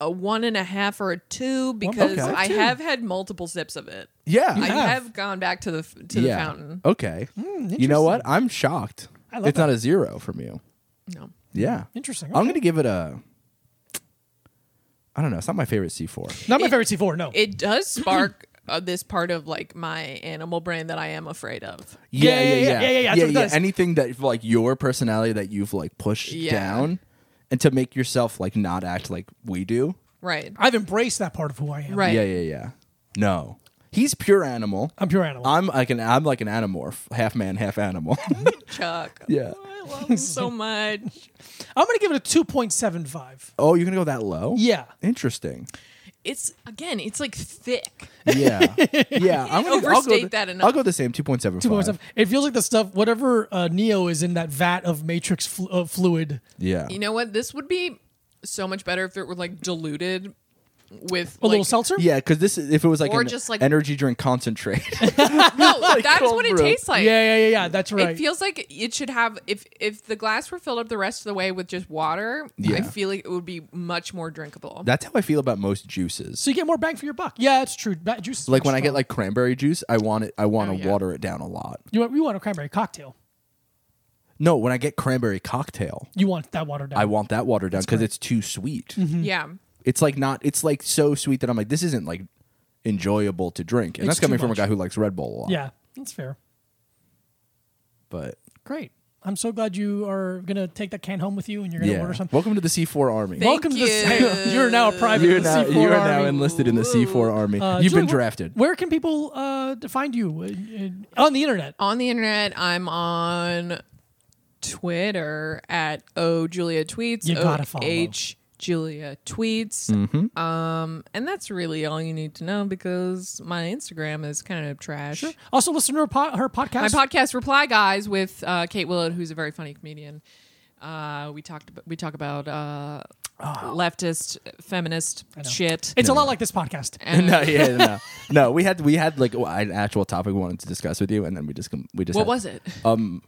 A: a one and a half or a two because
B: Okay.
A: I
C: Two.
A: have had multiple sips of it.
B: Yeah,
A: I
C: have.
A: have gone back to the f- to the fountain.
B: Okay. you know what? I'm shocked.
C: Hmm, I love
B: it's not a zero from you.
A: No.
B: Yeah.
C: Interesting.
B: I'm
C: okay.
B: going to give it a. I don't know. It's not my favorite C4.
C: Not my favorite C4. No.
A: It does spark uh, this part of like my animal brain that I am afraid of.
C: Yeah, yeah, yeah, yeah, yeah, yeah, that's what it does.
B: Anything that like your personality that you've like pushed
A: Yeah.
B: down, and to make yourself like not act like we do.
A: Right.
C: I've embraced that part of who I am.
A: Right.
B: Yeah, yeah, yeah. No, he's pure animal.
C: I'm pure animal.
B: I'm like an I'm like an animorph, half man, half animal.
A: Chuck.
B: yeah.
A: I love him so much.
C: I'm gonna give it a 2.75.
B: Oh, you're gonna go that low?
C: Yeah.
B: Interesting.
A: It's again, it's like thick.
B: Yeah, yeah. I'm gonna I'll go
A: overstate
B: the,
A: that enough.
B: I'll go the same. Two point seven five.
C: 2.7. It feels like the stuff, whatever uh, Neo is in that vat of Matrix flu- uh, fluid.
B: Yeah.
A: You know what? This would be so much better if it were like diluted with
C: A little
A: like-
C: seltzer.
B: yeah, because this is, if it was like
A: Or
B: an
A: just, like-
B: energy drink concentrate.
A: No, that's what it
B: cold brew.
A: tastes like.
C: yeah, yeah, yeah, yeah. That's right.
A: It feels like it should have if if the glass were filled up the rest of the way with just water, I
B: Yeah.
A: feel like it would be much more drinkable.
B: That's how I feel about most juices.
C: So you get more bang for your buck. Yeah, it's true. Ba- Juice. is
B: Like
C: much
B: when I get
C: stronger.
B: like cranberry juice, I want it. I want
A: Oh,
B: to
A: yeah.
B: water it down a lot.
C: you want you want a cranberry cocktail.
B: No, when I get cranberry cocktail,
C: You want that watered down.
B: I want that water down because it's too sweet.
C: Mm-hmm.
A: yeah.
B: It's like not. It's like so sweet that I'm like, this isn't like enjoyable to drink. And
C: It's
B: that's coming
C: too
B: from a
C: much.
B: guy who likes Red Bull a lot.
C: yeah, that's fair.
B: but
C: Great. I'm so glad you are gonna take that can home with you, and you're gonna order something.
B: Welcome to the C4 Army.
A: Thank
C: Welcome
A: you.
C: to the you're now a private
B: You're
C: of the
B: now,
C: C4
B: you are now
C: Army.
B: enlisted in the C4 Army.
C: Uh,
B: You've
C: Julie,
B: been
C: where-
B: drafted.
C: Where can people uh, find you Uh, uh, on the internet?
A: on the internet. I'm on Twitter at oh Julia tweets.
C: You gotta follow. Mm-hmm.
A: H Julia tweets. Um, and that's really all you need to know because my Instagram is kind of trash.
C: Also, listen to her, po- her
A: My
C: podcast.
A: podcast Reply Guys with uh, Kate Willard, who's a very funny comedian. Uh, we talked. About, we talk about uh,
B: Oh.
A: leftist, feminist shit.
C: it's a lot like this podcast.
A: And
B: no, yeah, no, no. We had we had like an actual topic we wanted to discuss with you, and then we just com- we just
A: what
B: had
A: was it?
B: oh,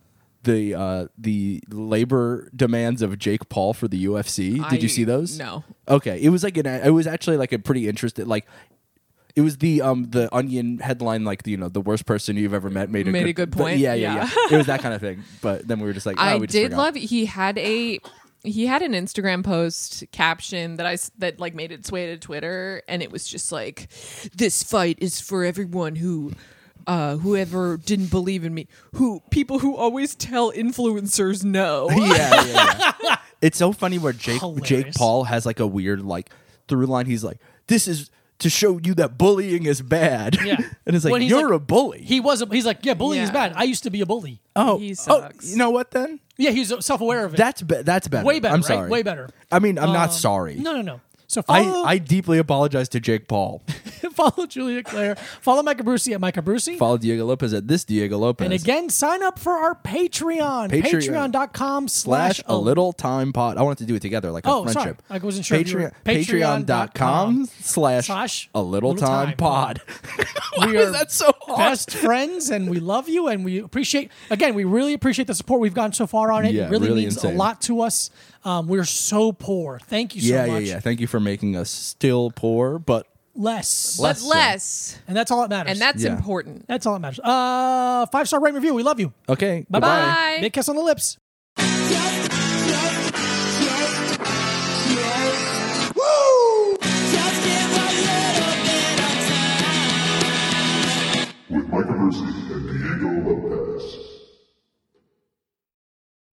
B: the uh, the labor demands of Jake Paul for the UFC. Did
A: I-
B: you see those?
A: no.
B: Okay, it was like an it was actually like a pretty interesting like. It was the um the Onion headline like you know the worst person you've ever met made a
A: Made
B: good,
A: a good
B: but
A: point,
B: yeah yeah yeah,
A: yeah.
B: it was that kind of thing but then we were just like oh,
A: I
B: we just
A: did
B: forgot.
A: love. He had a he had an Instagram post caption that I s- that like made its way to Twitter, and it was just like, "This fight is for everyone who." Uh, whoever didn't believe in me, who people who always tell influencers no.
B: yeah, yeah, yeah. It's so funny where Jake Jake
C: Hilarious.
B: Paul has like a weird like through line. He's like, "This is to show you that bullying is bad."
C: Yeah.
B: and it's like
C: When he's
B: you're
C: like-
B: a bully.
C: He was. A, he's like, yeah, bullying is
A: Yeah.
C: bad. I used to be a bully. Uh,
B: oh,
A: He
B: oh,
A: sucks.
B: you know what? Then
C: Yeah, he's self aware of it.
B: that's be- that's better.
C: Way better,
B: I'm
C: right?
B: sorry.
C: Way better.
B: I mean, I'm not
C: Um,
B: sorry.
C: No, no, no. So
B: I,
C: follow,
B: I deeply apologize to Jake Paul.
C: follow Julia Claire. Follow Micah Brucey at Micah Brucey.
B: Follow Diego Lopez at this Diego Lopez.
C: and again, sign up for our Patreon.
B: Patreon.
C: Patreon.com slash
B: slash a little time pod. I wanted to do it together like a
C: Oh, sorry.
B: friendship.
C: I wasn't sure if you
B: Patreon,
C: were-
B: Patreon.com
C: Patreon.com
B: slash
C: slash
B: a little,
C: Little
B: time,
C: Time
B: pod. Why
C: We
B: is
C: are
B: that so hard?
C: Best friends, and we love you, and we appreciate. Again, we really appreciate the support we've gotten so far on it.
B: Yeah,
C: it really,
B: really
C: means
B: insane.
C: a lot to us. Um, we're so poor. Thank you so
B: yeah,
C: much.
B: yeah, yeah. Thank you for making us still poor, but
C: Less.
A: but
B: Less so.
A: less,
C: and that's all that matters.
A: and that's
B: Yeah.
A: important.
C: that's all that matters. Uh, five star rate and review. We love you.
B: okay.
C: Bye
B: goodbye.
A: Bye.
C: Big kiss on the lips.
D: Yup, yup.